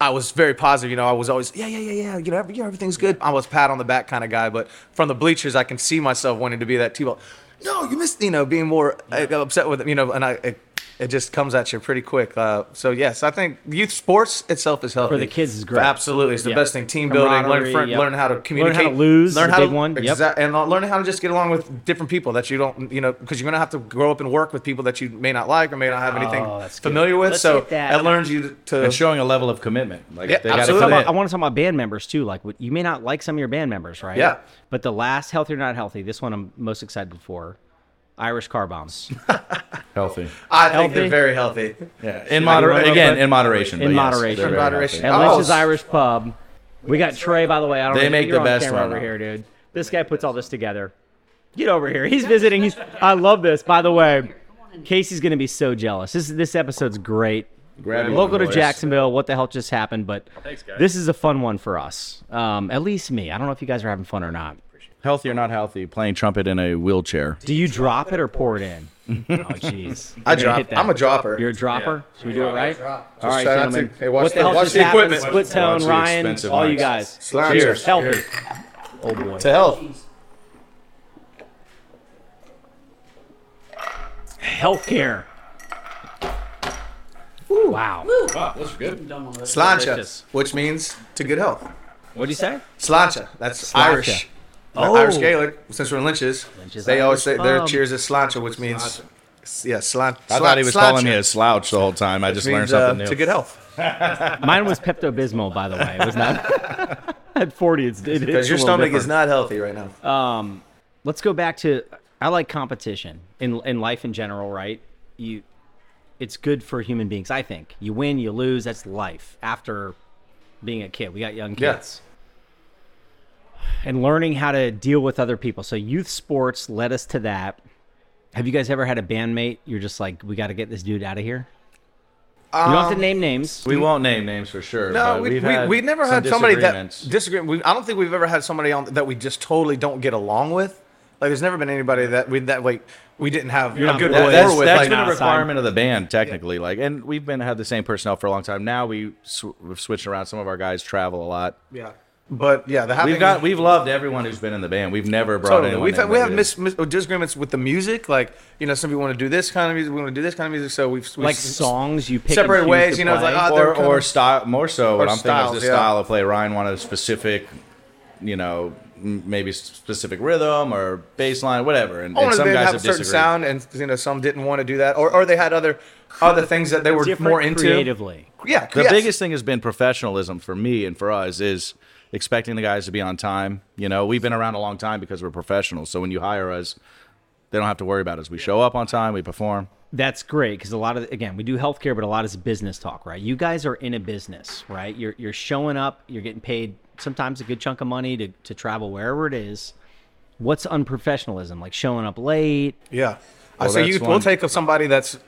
Speaker 3: I was very positive. You know, I was always, yeah, yeah, yeah, yeah. You know, every, yeah, everything's good. I was pat on the back kind of guy, but from the bleachers, I can see myself wanting to be that T-ball. No, you missed. You know, being more uh, upset with it, you know, and I. It, it just comes at you pretty quick. Uh, so yes, I think youth sports itself is healthy
Speaker 1: For the kids is great.
Speaker 3: Absolutely, it's the
Speaker 1: Yeah.
Speaker 3: best thing. Team building, learn,
Speaker 1: Camaraderie,
Speaker 3: friend,
Speaker 1: yep.
Speaker 3: learn how to
Speaker 1: Learn how to
Speaker 3: communicate,
Speaker 1: lose is a
Speaker 3: how
Speaker 1: big
Speaker 3: to,
Speaker 1: one, yep.
Speaker 3: Exact- and uh, learn how to just get along with different people that you don't, you know, because you're gonna have to grow up and work with people that you may not like or may not have anything
Speaker 1: Oh, that's good.
Speaker 3: familiar with.
Speaker 1: Let's
Speaker 3: so
Speaker 1: get that.
Speaker 3: it learns you to
Speaker 2: And showing a level of commitment. Like
Speaker 3: Yeah,
Speaker 2: they got to
Speaker 3: absolutely.
Speaker 2: commit.
Speaker 3: Come
Speaker 1: I want to talk about band members too. Like what- you may not like some of your band members, right?
Speaker 3: Yeah.
Speaker 1: But the last healthy or not healthy, this one I'm most excited for. Irish car bombs
Speaker 2: healthy.
Speaker 3: I think
Speaker 1: Healthy.
Speaker 3: they're very healthy.
Speaker 2: Yeah, in moderation. Again, in moderation.
Speaker 1: in
Speaker 2: but yes,
Speaker 1: moderation.
Speaker 2: they're very
Speaker 3: Moderation.
Speaker 2: healthy.
Speaker 1: At Lynch's
Speaker 3: Oh.
Speaker 1: Irish Pub, we got Trey. By the way, I don't.
Speaker 2: They
Speaker 1: know,
Speaker 2: make
Speaker 1: you're
Speaker 2: the
Speaker 1: on
Speaker 2: best
Speaker 1: camera
Speaker 2: one.
Speaker 1: over here, dude. This guy puts all this together. Get over here. He's visiting. He's. I love this. By the way, Casey's gonna be so jealous. This this episode's great.
Speaker 2: Grab your
Speaker 1: Local to
Speaker 2: boys.
Speaker 1: Jacksonville. What the hell just happened? But this is a fun one for us. Um, at least me. I don't know if you guys are having fun or not.
Speaker 2: Healthy or not healthy, playing trumpet in a wheelchair.
Speaker 1: Do you drop it or pour it in? Oh jeez.
Speaker 3: I
Speaker 1: You're gonna
Speaker 3: drop-
Speaker 1: hit that.
Speaker 3: I'm a dropper.
Speaker 1: You're a dropper. Should we do it right? All
Speaker 3: Just
Speaker 1: right,
Speaker 3: try not to-
Speaker 1: gentlemen.
Speaker 3: hey, watch
Speaker 1: what the
Speaker 3: the-
Speaker 1: hell
Speaker 3: watch
Speaker 1: just
Speaker 3: the
Speaker 1: happened?
Speaker 3: equipment.
Speaker 1: Split tone,
Speaker 2: Watch the
Speaker 1: Ryan,
Speaker 2: expensive
Speaker 1: all you
Speaker 2: mics.
Speaker 1: guys.
Speaker 3: Slam. Cheers.
Speaker 1: Healthy. Oh boy.
Speaker 3: To health.
Speaker 1: Healthcare. Wow.
Speaker 3: Slancha,
Speaker 1: Delicious.
Speaker 3: which means to good health.
Speaker 1: What'd you say?
Speaker 3: Slancha, that's
Speaker 1: Slancha.
Speaker 3: Irish.
Speaker 1: Oh.
Speaker 3: Irish Gaelic, since we're in Lynch's,
Speaker 1: Lynch's
Speaker 3: they always say
Speaker 1: Irish Um,
Speaker 3: their
Speaker 1: pub.
Speaker 3: cheers is slancha, which means, yeah, slan,
Speaker 2: I thought he was calling me a slouch the whole time. I just learned
Speaker 3: means,
Speaker 2: something
Speaker 3: uh,
Speaker 2: new.
Speaker 3: to good health.
Speaker 1: Mine was Pepto Bismol, by the way. It was not. At 40, it's it,
Speaker 3: Because
Speaker 1: it's
Speaker 3: your
Speaker 1: a little
Speaker 3: stomach
Speaker 1: different.
Speaker 3: is not healthy right now.
Speaker 1: um, let's go back to I like competition in in life in general, right? You, it's good for human beings. I think you win, you lose. That's life. After being a kid, we got young
Speaker 3: Yeah.
Speaker 1: kids, and learning how to deal with other people. So youth sports led us to that. Have you guys ever had a bandmate? You're just like, we got to get this dude out of here. You don't have to
Speaker 3: Um,
Speaker 1: name names.
Speaker 2: we won't name names for sure.
Speaker 3: no,
Speaker 2: but
Speaker 3: we,
Speaker 2: we've
Speaker 3: we,
Speaker 2: had
Speaker 3: we never
Speaker 2: some
Speaker 3: had somebody that
Speaker 2: disagreements.
Speaker 3: disagreed. We, I don't think we've ever had somebody on that we just totally don't get along with. Like, there's never been anybody that we that like we didn't have a
Speaker 1: not
Speaker 3: good
Speaker 1: boys.
Speaker 2: That-
Speaker 3: rapport
Speaker 2: that's
Speaker 3: with.
Speaker 2: that's
Speaker 3: like,
Speaker 2: been a
Speaker 1: outside.
Speaker 2: requirement of the band technically. Like, and we've been had the same personnel for a long time. Now we sw- we've switched around. Some of our guys travel a lot.
Speaker 3: yeah, but yeah, the
Speaker 2: We've got we've loved everyone who's been in the band. We've never brought
Speaker 3: Totally.
Speaker 2: anyone.
Speaker 3: We've
Speaker 2: in
Speaker 3: had, we
Speaker 2: that
Speaker 3: have
Speaker 2: is-
Speaker 3: mis, mis, disagreements with the music. Like, you know, some people want to do this kind of music, we want to do this kind of music. So we've, we've
Speaker 1: Like
Speaker 3: s-
Speaker 1: songs, you pick and
Speaker 3: separate
Speaker 1: choose
Speaker 3: ways,
Speaker 1: to
Speaker 3: you know, it's
Speaker 1: play.
Speaker 3: like, oh, they're
Speaker 2: or
Speaker 3: kind
Speaker 2: or
Speaker 3: of-
Speaker 2: style more so. What I'm thinking
Speaker 3: styles,
Speaker 2: is the
Speaker 3: yeah.
Speaker 2: style of play. Ryan wanted a specific, you know, m- maybe specific rhythm or bass line, whatever. And,
Speaker 3: Owners
Speaker 2: and some
Speaker 3: didn't
Speaker 2: guys
Speaker 3: have a
Speaker 2: have
Speaker 3: certain
Speaker 2: disagreed.
Speaker 3: sound, and you know some didn't want to do that, or or they had other other things that they were
Speaker 1: different
Speaker 3: more into.
Speaker 1: creatively.
Speaker 3: Yeah,
Speaker 2: The
Speaker 3: yes.
Speaker 2: biggest thing has been professionalism for me and for us is expecting the guys to be on time. You know, we've been around a long time because we're professionals. So when you hire us, they don't have to worry about us. We show up on time, we perform.
Speaker 1: That's great because a lot of again we do healthcare, but a lot is business talk, right? You guys are in a business, right? You're you're showing up, you're getting paid sometimes a good chunk of money to to travel wherever it is. What's unprofessionalism like? Showing up late,
Speaker 3: Yeah. Uh,
Speaker 2: Well,
Speaker 3: so you
Speaker 2: that's
Speaker 3: we'll
Speaker 2: one-
Speaker 3: take somebody that's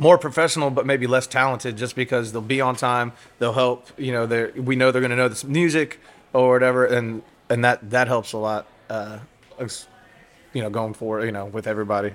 Speaker 3: more professional but maybe less talented just because they'll be on time, they'll help, you know, they are we know they're going to know this music or whatever and and that that helps a lot uh ex- you know going for, you know, with everybody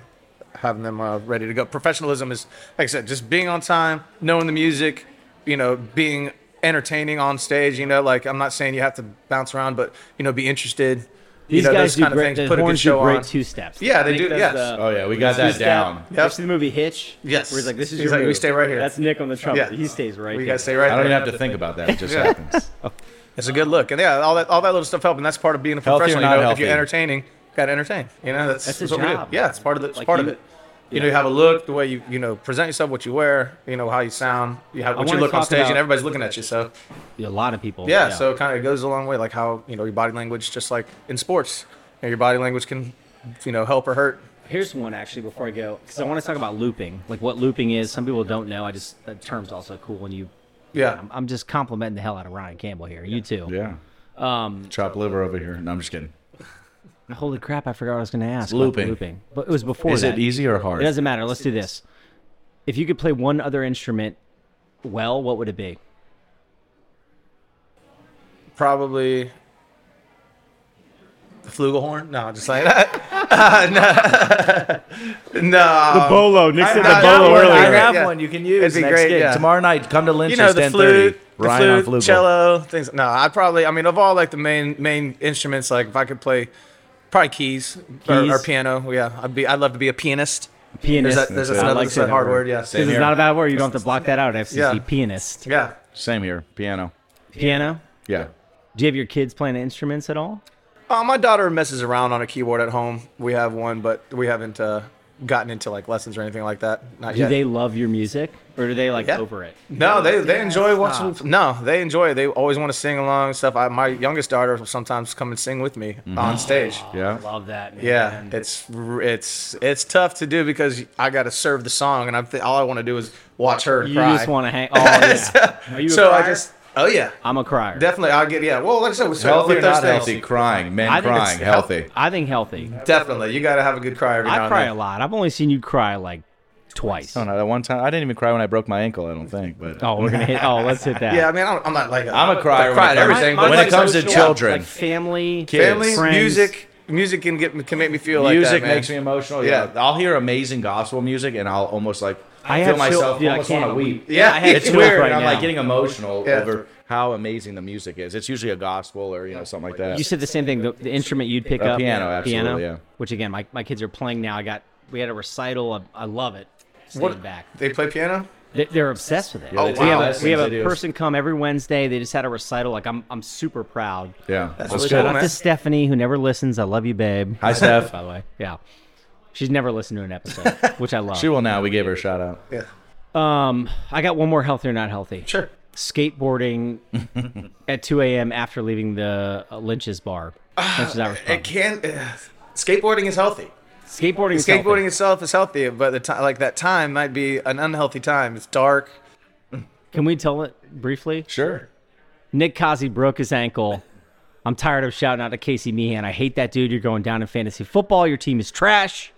Speaker 3: having them uh, ready to go. Professionalism is like I said just being on time, knowing the music, you know, being entertaining on stage, you know, like I'm not saying you have to bounce around but you know be interested.
Speaker 1: These
Speaker 3: you know,
Speaker 1: guys
Speaker 3: those
Speaker 1: do
Speaker 3: kind
Speaker 1: great.
Speaker 3: of
Speaker 1: the
Speaker 3: things. Put a good
Speaker 1: horns do
Speaker 3: show
Speaker 1: great
Speaker 3: on.
Speaker 1: two steps.
Speaker 3: Yeah, they do, yes.
Speaker 2: Oh, yeah, we got that down.
Speaker 1: Yep. the movie Hitch.
Speaker 3: Yes.
Speaker 1: Where he's like, "This is
Speaker 3: He's
Speaker 1: your
Speaker 3: like, "We
Speaker 1: move."
Speaker 3: stay right here.
Speaker 1: That's Nick on the trumpet.
Speaker 3: Yeah.
Speaker 1: He stays right.
Speaker 3: We
Speaker 1: there.
Speaker 3: gotta stay right
Speaker 2: I don't
Speaker 3: there.
Speaker 2: even have to think about that. It just happens.
Speaker 3: It's a good look, and yeah, all that all that little stuff helps, and that's part of being a
Speaker 2: Healthy or
Speaker 3: professional. You
Speaker 2: not
Speaker 3: know, if you're
Speaker 2: healthy.
Speaker 3: entertaining, gotta entertain. You know, that's,
Speaker 1: That's
Speaker 3: that's
Speaker 1: a
Speaker 3: what
Speaker 1: job.
Speaker 3: we do. Yeah, it's part of the, it's
Speaker 1: Like
Speaker 3: part
Speaker 1: you-
Speaker 3: of it. You know, you have a look, the way you you know present yourself, what you wear, you know how you sound, you have what you
Speaker 1: wanna
Speaker 3: look on
Speaker 1: talk
Speaker 3: stage,
Speaker 1: about-
Speaker 3: and everybody's looking at you. So
Speaker 1: A lot of people.
Speaker 3: yeah, so it kind of goes a long way, like how you know your body language, just like in sports, you know, your body language can you know help or hurt.
Speaker 1: Here's one actually before I go because I want to talk about looping, like what looping is. Some people don't know. I just that term's also cool when you.
Speaker 3: Yeah,
Speaker 1: I'm, I'm just complimenting the hell out of Ryan Campbell here. You too.
Speaker 2: yeah. Um, Chop liver over here. No, I'm just kidding.
Speaker 1: Holy crap! I forgot what I was going to ask.
Speaker 2: looping.
Speaker 1: About looping, but it was before.
Speaker 2: Is
Speaker 1: that.
Speaker 2: it easy or hard?
Speaker 1: It doesn't matter. Let's do this. If you could play one other instrument, well, what would it be?
Speaker 3: probably the flugelhorn. No, just like that. no, no.
Speaker 4: Bolo. Nick said the
Speaker 3: I got
Speaker 4: bolo
Speaker 3: one.
Speaker 4: earlier.
Speaker 2: I have
Speaker 3: Yeah.
Speaker 2: one you can use.
Speaker 3: It'd be
Speaker 2: next
Speaker 3: great,
Speaker 2: gig.
Speaker 3: yeah.
Speaker 2: Tomorrow night, come to Lynch.
Speaker 3: you know the
Speaker 2: 10:30.
Speaker 3: flute,
Speaker 2: Ryan
Speaker 3: the
Speaker 2: on
Speaker 3: flute,
Speaker 2: Flugel.
Speaker 3: cello, things. No, I probably. I mean, of all like the main main instruments, like if I could play, probably keys, Or, or
Speaker 1: Keys.
Speaker 3: piano. Yeah, I'd be. I'd love to be a pianist. There's
Speaker 1: Pianist.
Speaker 3: that. There's
Speaker 2: That's it.
Speaker 3: another
Speaker 2: I
Speaker 1: like
Speaker 3: that's a
Speaker 1: that
Speaker 3: hard
Speaker 1: word.
Speaker 3: word. Yeah.
Speaker 2: Same
Speaker 1: this is
Speaker 2: here.
Speaker 1: not a bad word. You don't have to block that out. FCC
Speaker 3: Yeah.
Speaker 1: pianist.
Speaker 3: Yeah.
Speaker 2: Same here. Piano.
Speaker 1: Piano.
Speaker 2: Yeah.
Speaker 1: Do you have your kids playing instruments at all?
Speaker 3: Uh, my daughter messes around on a keyboard at home. We have one, but we haven't uh, gotten into like lessons or anything like that. Not
Speaker 1: Do
Speaker 3: yet.
Speaker 1: they love your music, or do they like
Speaker 3: Yeah.
Speaker 1: over it?
Speaker 3: No, they they enjoy watching. No, they enjoy. it. They always want to sing along and stuff. I, my youngest daughter will sometimes come and sing with me on stage.
Speaker 2: Mm-hmm. Yeah.
Speaker 1: Love that. Man.
Speaker 3: Yeah, it's r- it's it's tough to do because I got to serve the song, and I'm th- all I want to do is watch her
Speaker 1: You
Speaker 3: cry.
Speaker 1: just want to hang. Oh, yeah. Are you a
Speaker 3: so I
Speaker 1: crier?
Speaker 3: just oh yeah,
Speaker 1: I'm a crier.
Speaker 3: definitely I'll get yeah. Well, like I said, with,
Speaker 2: Healthy or
Speaker 3: with those
Speaker 2: not
Speaker 3: things,
Speaker 2: healthy? Crying. Men
Speaker 1: I think it's
Speaker 2: crying. Healthy.
Speaker 1: I think healthy.
Speaker 3: definitely you got to have a good cry every now
Speaker 1: I
Speaker 3: and
Speaker 1: cry
Speaker 3: then.
Speaker 1: a lot. I've only seen you cry like twice.
Speaker 2: I
Speaker 3: Oh,
Speaker 2: don't know. That one time, I didn't even cry when I broke my ankle. I don't think, but
Speaker 1: Oh, we're gonna hit. Oh, let's hit that.
Speaker 3: Yeah, I mean, I'm, I'm not like a,
Speaker 2: I'm a crier
Speaker 3: I cry at
Speaker 2: when it comes-
Speaker 3: everything.
Speaker 2: when
Speaker 3: but
Speaker 2: it
Speaker 3: like
Speaker 2: comes to
Speaker 3: social-
Speaker 2: children.
Speaker 1: Like family,
Speaker 3: family,
Speaker 1: friends.
Speaker 3: music, music can get me- can make me feel like
Speaker 2: music
Speaker 3: that, man.
Speaker 2: makes me emotional.
Speaker 3: Yeah.
Speaker 2: Yeah. I'll hear amazing gospel music and I'll almost like
Speaker 1: I have
Speaker 2: feel
Speaker 1: chil-
Speaker 2: myself
Speaker 1: dude, I
Speaker 2: almost
Speaker 1: can't
Speaker 2: want to
Speaker 1: weep.
Speaker 2: weep.
Speaker 3: Yeah, I have
Speaker 2: it's
Speaker 3: chills
Speaker 2: weird.
Speaker 1: right
Speaker 2: and I'm
Speaker 1: now.
Speaker 2: like getting emotional
Speaker 3: Yeah.
Speaker 2: over how amazing the music is. It's usually a gospel or you know something like that.
Speaker 1: You said the same thing. The, the instrument you'd pick
Speaker 2: A
Speaker 1: up,
Speaker 2: piano, absolutely,
Speaker 1: piano,
Speaker 2: yeah.
Speaker 1: Which again, my, my kids are playing now. I got we had a recital. I, I love it. Staying back.
Speaker 3: They play piano.
Speaker 1: They, they're obsessed with it.
Speaker 2: Yeah, they
Speaker 1: we
Speaker 2: take
Speaker 1: have a,
Speaker 2: Oh, lessons,
Speaker 1: we have
Speaker 2: they
Speaker 1: a
Speaker 2: do.
Speaker 1: person come every Wednesday. They just had a recital. Like I'm I'm super proud.
Speaker 2: yeah, that's,
Speaker 3: really
Speaker 2: good.
Speaker 3: cool,
Speaker 1: Shout out
Speaker 3: man.
Speaker 1: to Stephanie, who never listens. I love you, babe.
Speaker 2: Hi, Steph.
Speaker 1: By the way, yeah, she's never listened to an episode, which I love.
Speaker 2: She will now. We gave her a shout out.
Speaker 3: Yeah,
Speaker 1: Um, I got one more healthy or not healthy.
Speaker 3: sure.
Speaker 1: Skateboarding at 2 a.m. after leaving the uh, Lynch's bar. Lynch's Irish Pub.
Speaker 3: It can. Uh, skateboarding is healthy.
Speaker 1: Skateboarding. is
Speaker 3: skateboarding
Speaker 1: healthy.
Speaker 3: itself is healthy, but the time like that time might be an unhealthy time. It's dark.
Speaker 1: Can we tell it briefly?
Speaker 2: Sure.
Speaker 1: Nick Kazi broke his ankle. I'm tired of shouting out to Casey Meehan. I hate that dude. You're going down in fantasy football. Your team is trash.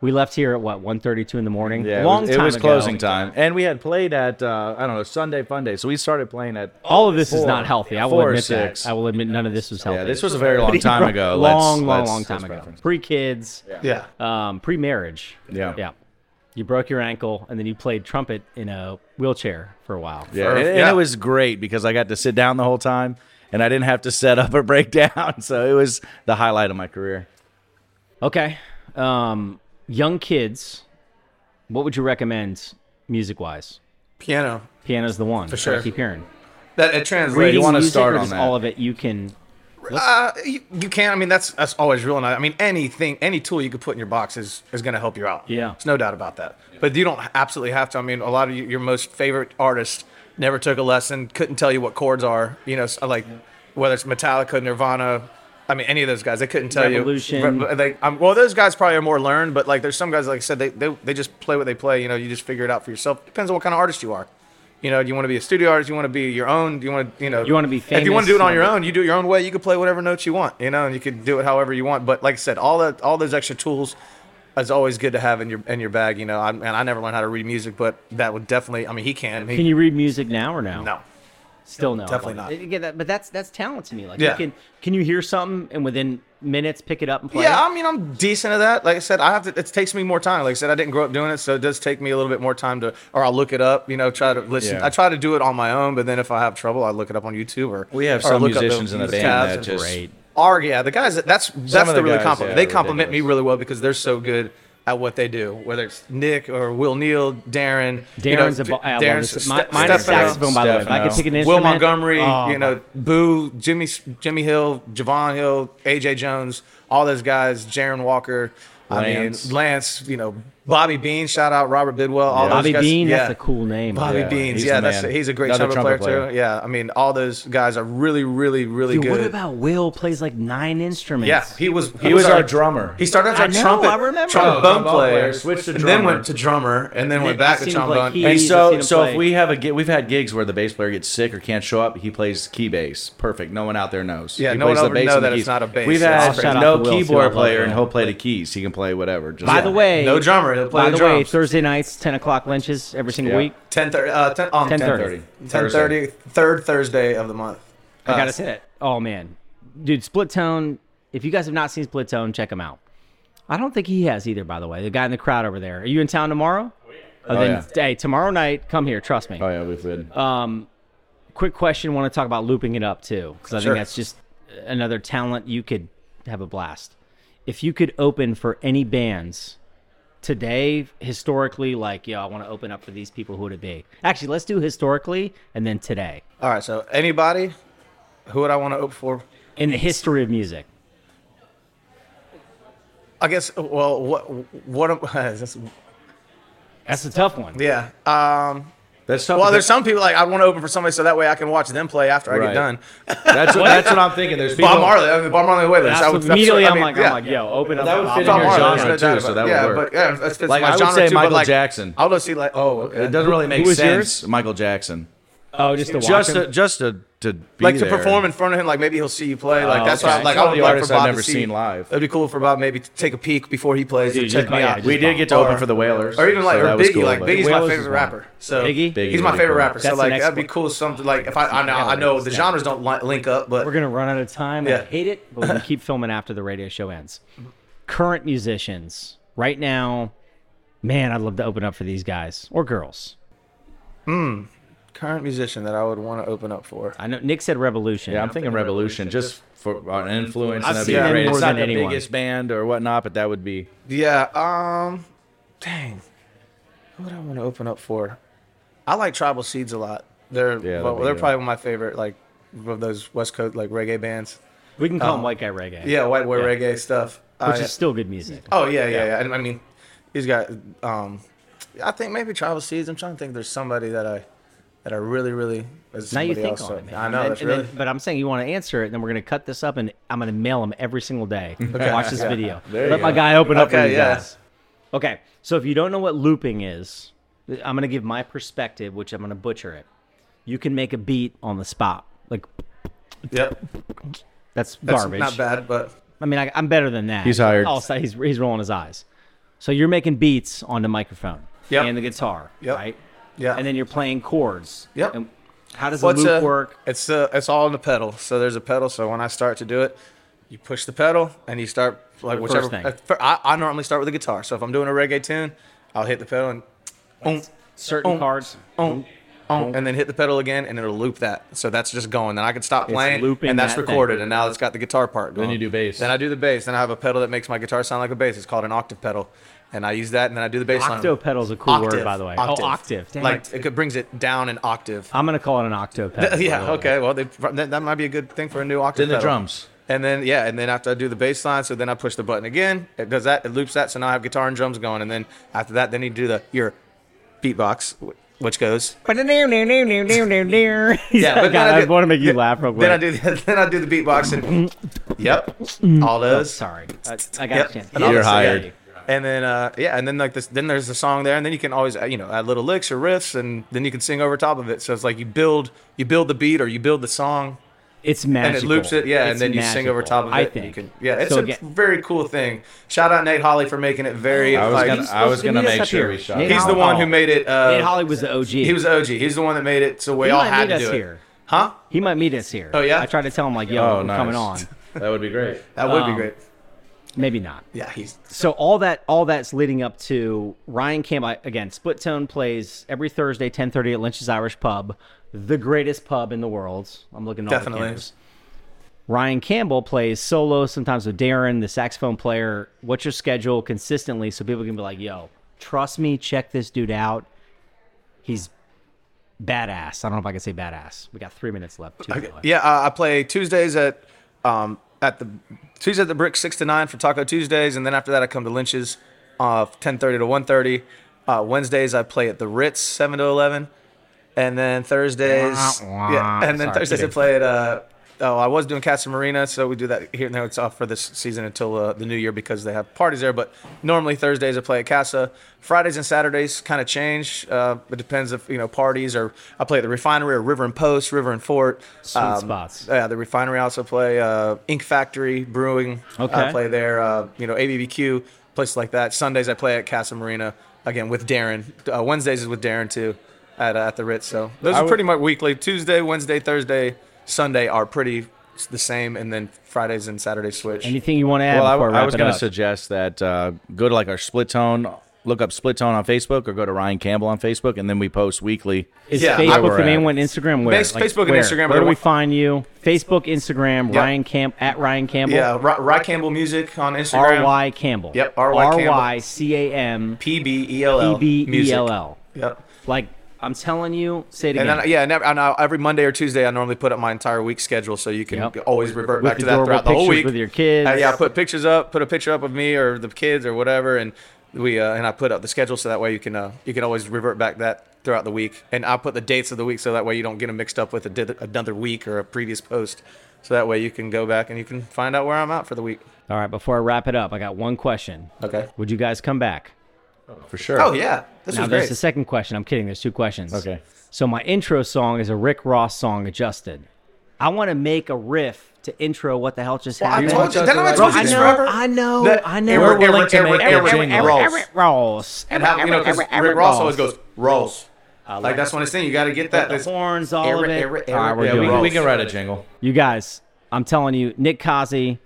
Speaker 1: We left here at what 1:32 in the morning.
Speaker 2: Yeah,
Speaker 1: long
Speaker 2: it was,
Speaker 1: time
Speaker 2: it was
Speaker 1: ago.
Speaker 2: closing time, and we had played at uh, I don't know Sunday Fun Day, so we started playing at.
Speaker 1: All of this is
Speaker 2: Four.
Speaker 1: not healthy. I will
Speaker 2: Four or
Speaker 1: admit
Speaker 2: six.
Speaker 1: that. I will admit none of this was healthy.
Speaker 2: Yeah, this was a very long
Speaker 1: Pretty
Speaker 2: time
Speaker 1: rough-
Speaker 2: ago. Let's-
Speaker 1: Long, long,
Speaker 2: let's-
Speaker 1: long time
Speaker 2: let's
Speaker 1: ago.
Speaker 2: reference.
Speaker 1: Pre kids,
Speaker 3: Yeah.
Speaker 1: um, pre marriage.
Speaker 2: Yeah.
Speaker 1: Yeah. You broke your ankle and then you played trumpet in a wheelchair for a while.
Speaker 2: Yeah, and, and
Speaker 3: Yeah.
Speaker 2: it was great because I got to sit down the whole time, and I didn't have to set up or break down. So it was the highlight of my career.
Speaker 1: Okay. Um, young kids, what would you recommend music wise?
Speaker 3: Piano.
Speaker 1: Piano's the one. For
Speaker 3: sure.
Speaker 1: I keep hearing.
Speaker 3: That it translates.
Speaker 1: Reading
Speaker 2: wanna
Speaker 1: music
Speaker 2: start
Speaker 1: or
Speaker 2: on
Speaker 1: just
Speaker 2: that.
Speaker 1: all of it you can
Speaker 3: Uh, you, you can. I mean, that's that's always real nice. I mean, anything, any tool you could put in your box is is going to help you out.
Speaker 1: Yeah.
Speaker 3: there's no doubt about that. But you don't absolutely have to. I mean, a lot of you, your most favorite artists never took a lesson, couldn't tell you what chords are. You know, so, like whether it's Metallica, Nirvana. I mean, any of those guys, they couldn't tell
Speaker 1: Revolution.
Speaker 3: you. Re- They, um, well, those guys probably are more learned, but like, there's some guys, like I said, they, they they just play what they play. You know, you just figure it out for yourself. Depends on what kind of artist you are. You know, do you want to be a studio artist? You want to be your own? Do you want to, you know,
Speaker 1: You wanna be
Speaker 3: If you
Speaker 1: famous,
Speaker 3: want to do it on
Speaker 1: you
Speaker 3: your
Speaker 1: wanna
Speaker 3: own, you do it your own way. You can play whatever notes you want, you know, and you can do it however you want. But like I said, all that, all those extra tools, is always good to have in your in your bag. You know, I, and I never learned how to read music, but that would definitely. I mean, he can. He,
Speaker 1: Can you read music now or no?
Speaker 3: no,
Speaker 1: Still no.
Speaker 3: definitely not.
Speaker 1: Again, that, but that's that's talent to me. Like
Speaker 3: Yeah.
Speaker 1: you can can you hear something and within minutes pick it up and play?
Speaker 3: Yeah,
Speaker 1: it?
Speaker 3: I mean, I'm decent at that. Like I said, I have to. It takes me more time. Like I said, I didn't grow up doing it, so it does take me a little bit more time to, or I'll look it up. You know, try to listen.
Speaker 2: Yeah.
Speaker 3: I try to do it on my own, but then if I have trouble, I look it up on YouTube or
Speaker 2: We have
Speaker 3: or
Speaker 2: some
Speaker 3: look up
Speaker 2: musicians in the band
Speaker 3: tabs
Speaker 2: that
Speaker 3: and-
Speaker 2: just
Speaker 1: Great.
Speaker 3: are yeah the guys that, that's that's
Speaker 2: of
Speaker 3: the
Speaker 2: the
Speaker 3: really
Speaker 2: guys,
Speaker 3: compliment
Speaker 2: yeah,
Speaker 3: they compliment me
Speaker 2: ridiculous.
Speaker 3: really well because they're so good at what they do whether it's Nick or Will Neal Darren
Speaker 1: Darren's
Speaker 3: you
Speaker 1: a
Speaker 3: know,
Speaker 1: bo- I love
Speaker 3: Darren's
Speaker 1: this. My, mine is
Speaker 3: Stefano,
Speaker 1: saxophone, by the way. If I could
Speaker 2: Stefano.
Speaker 1: pick an instrument,
Speaker 3: Will Montgomery
Speaker 1: Oh,
Speaker 3: you know Boo Jimmy Jimmy Hill Javon Hill AJ Jones all those guys Jaron Walker I
Speaker 2: Lance.
Speaker 3: mean Lance you know Bobby Bean shout out Robert Bidwell all
Speaker 2: Yeah.
Speaker 3: those
Speaker 1: Bobby
Speaker 3: guys,
Speaker 1: Bean.
Speaker 3: yeah.
Speaker 1: That's a cool name.
Speaker 3: Bobby
Speaker 2: Yeah,
Speaker 3: Beans,
Speaker 2: he's
Speaker 3: yeah,
Speaker 2: the
Speaker 3: that's
Speaker 2: man.
Speaker 3: he's a great
Speaker 2: Another
Speaker 3: trumpet, player,
Speaker 2: trumpet player.
Speaker 3: too. Yeah, I mean, all those guys are really, really, really
Speaker 1: Dude,
Speaker 3: good.
Speaker 1: what about Will? Plays like nine instruments.
Speaker 3: Yeah, he was he,
Speaker 2: He
Speaker 3: was,
Speaker 2: was
Speaker 3: our,
Speaker 2: our drummer.
Speaker 3: He started as
Speaker 1: I
Speaker 3: our
Speaker 1: know,
Speaker 3: trumpet,
Speaker 1: I remember.
Speaker 3: trombone,
Speaker 2: Trombone
Speaker 3: player,
Speaker 2: player, switched to
Speaker 3: and then
Speaker 2: drummer.
Speaker 3: went to drummer, and then went
Speaker 1: Then
Speaker 3: back
Speaker 1: it
Speaker 3: to
Speaker 1: seemed like
Speaker 3: trombone.
Speaker 1: he-
Speaker 2: And
Speaker 1: I've seen
Speaker 2: so,
Speaker 1: him
Speaker 2: so
Speaker 1: play.
Speaker 2: if we have a gi- we've had gigs where the bass player gets sick or can't show up, he plays key bass. Perfect. No one out there knows.
Speaker 3: Yeah,
Speaker 2: he
Speaker 3: no
Speaker 2: plays
Speaker 3: one
Speaker 2: the
Speaker 3: over
Speaker 2: bass
Speaker 3: know
Speaker 2: and the
Speaker 3: that it's
Speaker 2: keys.
Speaker 3: not a bass.
Speaker 2: We've
Speaker 3: That's
Speaker 2: had
Speaker 1: crazy. Shout out
Speaker 2: no
Speaker 1: to Will, too. I love
Speaker 2: keyboard player and
Speaker 1: Will.
Speaker 2: he'll play the keys. He can play whatever. Just
Speaker 1: By the way,
Speaker 3: no drummer. He'll play
Speaker 1: By the
Speaker 3: the
Speaker 1: way,
Speaker 3: drums.
Speaker 1: Thursday nights, ten o'clock lunches every single
Speaker 2: Yeah.
Speaker 1: week.
Speaker 3: 10:30, uh, 10, um,
Speaker 1: 10:30.
Speaker 3: 10:30,
Speaker 2: 10:30.
Speaker 3: 10:30, third Thursday of the month. Uh,
Speaker 1: I gotta
Speaker 3: Us.
Speaker 1: say that. Oh man, dude, Split Tone. If you guys have not seen Split Tone, check him out. I don't think he has either. By the way, the guy in the crowd over there. Are you in town tomorrow? Oh, then,
Speaker 2: yeah.
Speaker 1: Hey, tomorrow night, come here. Trust me.
Speaker 2: Oh yeah, we've been.
Speaker 1: Quick question. Want to talk about looping it up too? Because I
Speaker 3: Sure.
Speaker 1: think that's just another talent you could have a blast. If you could open for any bands today, historically, like yo, I want to open up for these people. Who would it be? Actually, let's do historically and then today
Speaker 3: All right, so anybody, who would I want to open for?
Speaker 1: in the history of music.
Speaker 3: I guess. Well, what what? am- that's-
Speaker 1: That's a tough one.
Speaker 3: yeah. Um,
Speaker 2: that's tough.
Speaker 3: well, there's some people like I want to open for somebody so that way I can watch them play after I get
Speaker 2: Right.
Speaker 3: done.
Speaker 2: That's what, that's what I'm thinking. There's people.
Speaker 3: Bob Marley, I mean, Bob Marley waitlist.
Speaker 1: That's
Speaker 3: I would,
Speaker 1: immediately
Speaker 3: I
Speaker 1: I'm
Speaker 3: mean,
Speaker 1: like, oh
Speaker 3: yeah.
Speaker 1: I'm like, yo, open up.
Speaker 2: that would
Speaker 1: the
Speaker 2: fit in
Speaker 1: album.
Speaker 3: Tom
Speaker 2: your
Speaker 3: Arnold,
Speaker 2: genre,
Speaker 3: there's no
Speaker 2: too,
Speaker 3: doubt
Speaker 2: so
Speaker 3: about it.
Speaker 2: that
Speaker 3: yeah,
Speaker 2: would work.
Speaker 3: But yeah, that's fits
Speaker 2: Like,
Speaker 3: my
Speaker 2: I would
Speaker 3: genre
Speaker 2: say
Speaker 3: too,
Speaker 2: Michael
Speaker 3: but like,
Speaker 2: Jackson.
Speaker 3: I would just see like, oh, okay.
Speaker 2: It doesn't really make
Speaker 1: Who was
Speaker 2: sense.
Speaker 1: yours?
Speaker 2: Michael Jackson.
Speaker 1: Oh, just to watch
Speaker 2: Just
Speaker 1: him?
Speaker 2: to, just to to be
Speaker 3: like to
Speaker 2: there.
Speaker 3: perform in front of him. Like maybe he'll see you play. Like that's
Speaker 1: okay.
Speaker 3: why. Like I
Speaker 2: Oh, Some of
Speaker 3: would
Speaker 2: the
Speaker 3: like for
Speaker 2: artists I've
Speaker 3: Bob to
Speaker 2: never
Speaker 3: see-
Speaker 2: seen live.
Speaker 3: It'd be cool for Bob maybe to take a peek before he plays
Speaker 1: Dude,
Speaker 3: and
Speaker 1: just
Speaker 3: check
Speaker 1: by-
Speaker 3: me
Speaker 1: yeah,
Speaker 3: out.
Speaker 1: just
Speaker 2: We did get to open for the Whalers,
Speaker 3: Or even like
Speaker 2: so
Speaker 3: or
Speaker 2: that was
Speaker 3: Biggie.
Speaker 2: cool,
Speaker 3: like
Speaker 2: but-
Speaker 3: Biggie's
Speaker 1: Wales
Speaker 3: my
Speaker 1: is
Speaker 3: favorite
Speaker 1: one.
Speaker 3: rapper. So
Speaker 1: Biggie? Biggie's
Speaker 3: he's my
Speaker 2: really
Speaker 3: favorite
Speaker 2: cool.
Speaker 3: rapper.
Speaker 1: That's
Speaker 3: So
Speaker 1: the
Speaker 3: like
Speaker 1: next
Speaker 3: that'd be
Speaker 1: one.
Speaker 3: cool. Something like if I I know I know the genres don't li- link up,
Speaker 1: We're
Speaker 3: but
Speaker 1: gonna run out of time. I hate it, but we can keep filming after the radio show ends. Current musicians right now, man, I'd love to open up for these guys or girls.
Speaker 3: current musician that I would want to open up for.
Speaker 1: I know Nick said Revolution.
Speaker 2: Yeah, I'm thinking Revolution, just for an influence.
Speaker 1: I've
Speaker 2: and that'd be
Speaker 1: seen them
Speaker 2: great.
Speaker 1: more
Speaker 2: It's not
Speaker 1: than
Speaker 2: the
Speaker 1: anyone.
Speaker 2: biggest band or whatnot, but that would be.
Speaker 3: Yeah. Um. Dang. Who would I want to open up for? I like Tribal Seeds a lot. They're
Speaker 2: that'd
Speaker 3: well,
Speaker 2: be
Speaker 3: they're
Speaker 2: good.
Speaker 3: probably my favorite like of those West Coast like reggae bands.
Speaker 1: we can call him White Guy Reggae.
Speaker 3: Yeah, white boy reggae stuff.
Speaker 1: which
Speaker 3: I-
Speaker 1: is still good music.
Speaker 3: oh yeah, yeah, yeah. And I mean, he's got. Um, I think maybe Tribal Seeds. I'm trying to think. If there's somebody that I that I really, really. there's
Speaker 1: now you
Speaker 3: somebody
Speaker 1: think
Speaker 3: else
Speaker 1: on
Speaker 3: that-
Speaker 1: it. Man.
Speaker 3: I know
Speaker 1: And
Speaker 3: that's
Speaker 1: then- and
Speaker 3: really.
Speaker 1: then- but I'm saying you want to answer it, and then we're gonna cut this up, and I'm gonna mail them every single day. Watch this video.
Speaker 2: you
Speaker 1: Let my
Speaker 2: go.
Speaker 1: guy open up for
Speaker 3: Okay,
Speaker 1: you
Speaker 3: yeah.
Speaker 1: guys. Okay, so if you don't know what looping is, I'm gonna give my perspective, which I'm gonna butcher it. You can make a beat on the spot, like
Speaker 3: yep.
Speaker 1: that's
Speaker 3: That's
Speaker 1: garbage.
Speaker 3: not bad, but
Speaker 1: I mean, I, I'm better than that.
Speaker 2: He's hired.
Speaker 1: Also, he's he's rolling his eyes. So you're making beats on the microphone
Speaker 3: Yep.
Speaker 1: and the guitar,
Speaker 3: Yep.
Speaker 1: right?
Speaker 3: yeah.
Speaker 1: And then you're playing chords.
Speaker 3: Yep.
Speaker 1: And how does
Speaker 3: What's
Speaker 1: the loop
Speaker 3: a-
Speaker 1: work?
Speaker 3: It's uh, it's all in the pedal. So there's a pedal. So when I start to do it, you push the pedal and you start like
Speaker 1: First
Speaker 3: whichever.
Speaker 1: thing.
Speaker 3: uh, fir- I, I normally start with the guitar. So if I'm doing a reggae tune, I'll hit the pedal and um,
Speaker 1: Certain
Speaker 3: Oh.
Speaker 1: cards.
Speaker 3: um, um, and then hit the pedal again, and it'll loop that. So that's just going. Then I can stop playing,
Speaker 1: looping
Speaker 3: and that's
Speaker 1: that thing.
Speaker 3: recorded. And now it's got the guitar part. Going.
Speaker 2: you do bass.
Speaker 3: Then I do the bass. Then I have a pedal that makes my guitar sound like a bass. It's called an octave pedal, and I use that. And then I do the bass line.
Speaker 1: Octopedal is a cool word, by the way.
Speaker 3: Octave.
Speaker 1: Oh, octave. Damn
Speaker 3: like
Speaker 1: it.
Speaker 3: it. brings it down an octave.
Speaker 1: I'm gonna call it an octopedal. by the
Speaker 3: Yeah.
Speaker 1: way.
Speaker 3: Okay. Well, they, that, that might be a good thing for a new octave.
Speaker 2: Then the
Speaker 3: pedal.
Speaker 2: drums.
Speaker 3: And then yeah, and then after I do the bass line, so then I push the button again. It does that, it loops that, so now I have guitar and drums going. And then after that, then you do the your beatbox, wh- which goes
Speaker 1: yeah,
Speaker 3: but then I
Speaker 1: I,
Speaker 3: did-
Speaker 1: want to make you laugh real quick. Mm.
Speaker 3: Then I do the, then I do the beatbox and yep, all those.
Speaker 1: Oh, Sorry, I, I got
Speaker 3: Yep.
Speaker 1: a chance.
Speaker 3: And all
Speaker 2: You're
Speaker 3: that stuff, yeah.
Speaker 2: hired.
Speaker 3: And then uh, yeah, and then like this, then there's a song there, and then you can always uh, you know add little licks or riffs, and then you can sing over top of it. So it's like you build you build the beat or you build the song,
Speaker 1: It's magical.
Speaker 3: and it loops it, yeah,
Speaker 1: It's
Speaker 3: and then you sing over
Speaker 1: magical,
Speaker 3: top of it.
Speaker 1: I
Speaker 3: and you
Speaker 1: think.
Speaker 3: can- yeah, it's
Speaker 1: So
Speaker 3: a
Speaker 1: again-
Speaker 3: very cool thing. Shout out Nate Holly for making it very.
Speaker 2: I was
Speaker 3: like,
Speaker 2: gonna-
Speaker 3: he's-
Speaker 2: I
Speaker 1: supposed
Speaker 2: was
Speaker 1: to
Speaker 2: gonna
Speaker 1: be
Speaker 2: make
Speaker 1: up
Speaker 2: sure
Speaker 1: here.
Speaker 2: we shot
Speaker 1: Nate
Speaker 2: it.
Speaker 3: he's the
Speaker 1: Holly-
Speaker 3: one who made it.
Speaker 1: Nate
Speaker 3: Uh,
Speaker 1: Holly was the OG.
Speaker 3: he was the OG. He's the one that made it, so we
Speaker 1: He
Speaker 3: all
Speaker 1: might
Speaker 3: had
Speaker 1: meet
Speaker 3: to
Speaker 1: us
Speaker 3: do
Speaker 1: here.
Speaker 3: it. Huh?
Speaker 1: He might meet us here.
Speaker 3: Oh, yeah?
Speaker 1: I tried to tell him like, yo,
Speaker 2: Oh,
Speaker 1: we're
Speaker 2: nice.
Speaker 1: coming on.
Speaker 2: That would be great.
Speaker 3: That would be
Speaker 1: Um,
Speaker 3: great.
Speaker 1: Maybe not.
Speaker 3: Yeah, he's
Speaker 1: So all that all that's leading up to Ryan Campbell I- again. Split Tone plays every Thursday, ten thirty at Lynch's Irish Pub, the greatest pub in the world. I'm looking at all The
Speaker 3: Definitely.
Speaker 1: cameras. Ryan Campbell plays solo sometimes with Darren, the saxophone player. What's your schedule consistently so people can be like, yo, trust me, check this dude out. He's badass. I don't know if I can say badass. We got three minutes left. Too, by the way.
Speaker 3: Yeah, uh, I play Tuesdays at um, at the Tuesdays at the Brick six to nine for Taco Tuesdays, and then after that I come to Lynch's uh, ten thirty to one thirty. Uh, Wednesdays I play at the Ritz seven to eleven, and then Thursdays
Speaker 1: Wah, wah.
Speaker 3: yeah, and then
Speaker 1: Sorry,
Speaker 3: Thursdays I
Speaker 1: kidding.
Speaker 3: play at uh, oh I was doing Casa Marina, so we do that here. Now it's off for this season until uh, the new year because they have parties there. But normally Thursdays I play at Casa. Fridays and Saturdays kind of change. Uh, it depends if you know parties or I play at the Refinery or River and Post, River and Fort. Um,
Speaker 1: Sweet spots.
Speaker 3: Yeah, the refinery I also play uh, Ink Factory Brewing.
Speaker 1: Okay.
Speaker 3: I play there. Uh, you know, ABBQ places like that. Sundays I play at Casa Marina again with Darren. Uh, Wednesdays is with Darren too at uh, at the Ritz. So those
Speaker 2: I
Speaker 3: are
Speaker 2: would-
Speaker 3: pretty much weekly. Tuesday, Wednesday, Thursday, Sunday are pretty s- the same, and then Fridays and Saturdays switch.
Speaker 1: Anything you want to add
Speaker 2: Well, I,
Speaker 1: before I,
Speaker 2: I was
Speaker 1: going
Speaker 2: going
Speaker 1: to
Speaker 2: to suggest that uh, go to like our Split Tone, look up Split Tone on Facebook, or go to Ryan Campbell on Facebook, and then we post weekly.
Speaker 1: Is
Speaker 3: Yeah, I-
Speaker 1: Facebook
Speaker 2: where
Speaker 1: the
Speaker 2: we're
Speaker 1: main
Speaker 2: at.
Speaker 1: one? Instagram where?
Speaker 3: Bas- Facebook and
Speaker 1: where?
Speaker 3: Instagram
Speaker 1: Where
Speaker 3: are
Speaker 1: do we
Speaker 3: one-
Speaker 1: find you? Facebook, Instagram,
Speaker 3: Yeah.
Speaker 1: Ryan Camp at Ryan Campbell.
Speaker 3: yeah, Ry, Ry Campbell Music on Instagram.
Speaker 1: R Y Campbell.
Speaker 3: Yep, R.Y. Campbell.
Speaker 1: C A M
Speaker 3: P B E L
Speaker 1: E
Speaker 3: L.
Speaker 1: B E L
Speaker 3: Music.
Speaker 1: L.
Speaker 3: Yep.
Speaker 1: Like I'm telling you, say it
Speaker 3: And
Speaker 1: again.
Speaker 3: then, uh, yeah, and every, and I, every Monday or Tuesday, I normally put up my entire week schedule, so you can
Speaker 1: Yep.
Speaker 3: always revert
Speaker 1: With
Speaker 3: back to that
Speaker 1: adorable
Speaker 3: throughout the whole
Speaker 1: pictures
Speaker 3: week.
Speaker 1: with your kids.
Speaker 3: Uh, yeah, I put pictures up, put a picture up of me or the kids or whatever, and we uh, and I put up the schedule so that way you can uh, you can always revert back that throughout the week, and I put the dates of the week so that way you don't get them mixed up with a di- another week or a previous post, so that way you can go back and you can find out where I'm at for the week.
Speaker 1: All right, before I wrap it up, I got one question.
Speaker 3: Okay.
Speaker 1: Would you guys come back?
Speaker 2: For sure.
Speaker 3: Oh yeah, this
Speaker 1: Now
Speaker 3: is
Speaker 1: there's
Speaker 3: great.
Speaker 1: the second question. I'm kidding. There's two questions.
Speaker 2: Okay.
Speaker 1: So my intro song is a Rick Ross song adjusted. I want to make a riff to intro what the hell just
Speaker 3: I
Speaker 1: happened.
Speaker 3: told you.
Speaker 4: Bro,
Speaker 3: Then I
Speaker 4: I
Speaker 3: told you
Speaker 1: I
Speaker 3: this
Speaker 1: know,
Speaker 3: forever.
Speaker 1: I know,
Speaker 3: That-
Speaker 1: I know.
Speaker 3: and we're willing to make
Speaker 2: everything
Speaker 1: Ross.
Speaker 3: Ross.
Speaker 1: Eric Ross.
Speaker 3: And how, you know, 'cause Rick Ross always goes Rolls. Like,
Speaker 1: like
Speaker 3: that's one of his thing. You got to get that.
Speaker 1: the
Speaker 3: That's-
Speaker 1: horns, all of
Speaker 3: Eric-
Speaker 1: it.
Speaker 3: Eric-
Speaker 1: all right,
Speaker 3: Eric-
Speaker 1: we're
Speaker 3: yeah,
Speaker 2: we,
Speaker 1: doing
Speaker 2: can-
Speaker 1: it.
Speaker 2: we can write a jingle.
Speaker 1: You guys, I'm telling you, Nick Kazi,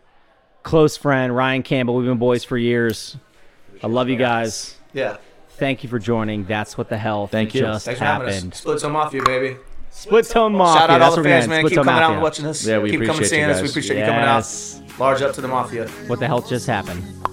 Speaker 1: close friend, Ryan Campbell, we've been boys for years. I love you guys.
Speaker 3: Yeah.
Speaker 1: Thank you for joining. That's what the hell
Speaker 2: Thank you.
Speaker 1: just
Speaker 3: Thanks for having us.
Speaker 1: happened.
Speaker 3: Split some off you, baby.
Speaker 1: Split Tone Mafia.
Speaker 3: Shout out
Speaker 1: That's
Speaker 3: all
Speaker 1: what
Speaker 3: the
Speaker 1: we're gonna
Speaker 3: fans,
Speaker 1: end.
Speaker 3: man.
Speaker 1: Split
Speaker 3: Keep
Speaker 1: Tone
Speaker 3: coming out
Speaker 1: Mafia.
Speaker 3: and watching us.
Speaker 2: Yeah, we
Speaker 3: Keep coming
Speaker 2: appreciate you
Speaker 3: seeing us. We
Speaker 2: guys.
Speaker 3: appreciate you coming
Speaker 1: Yes.
Speaker 3: out. Large up to the mafia.
Speaker 1: What the hell just happened?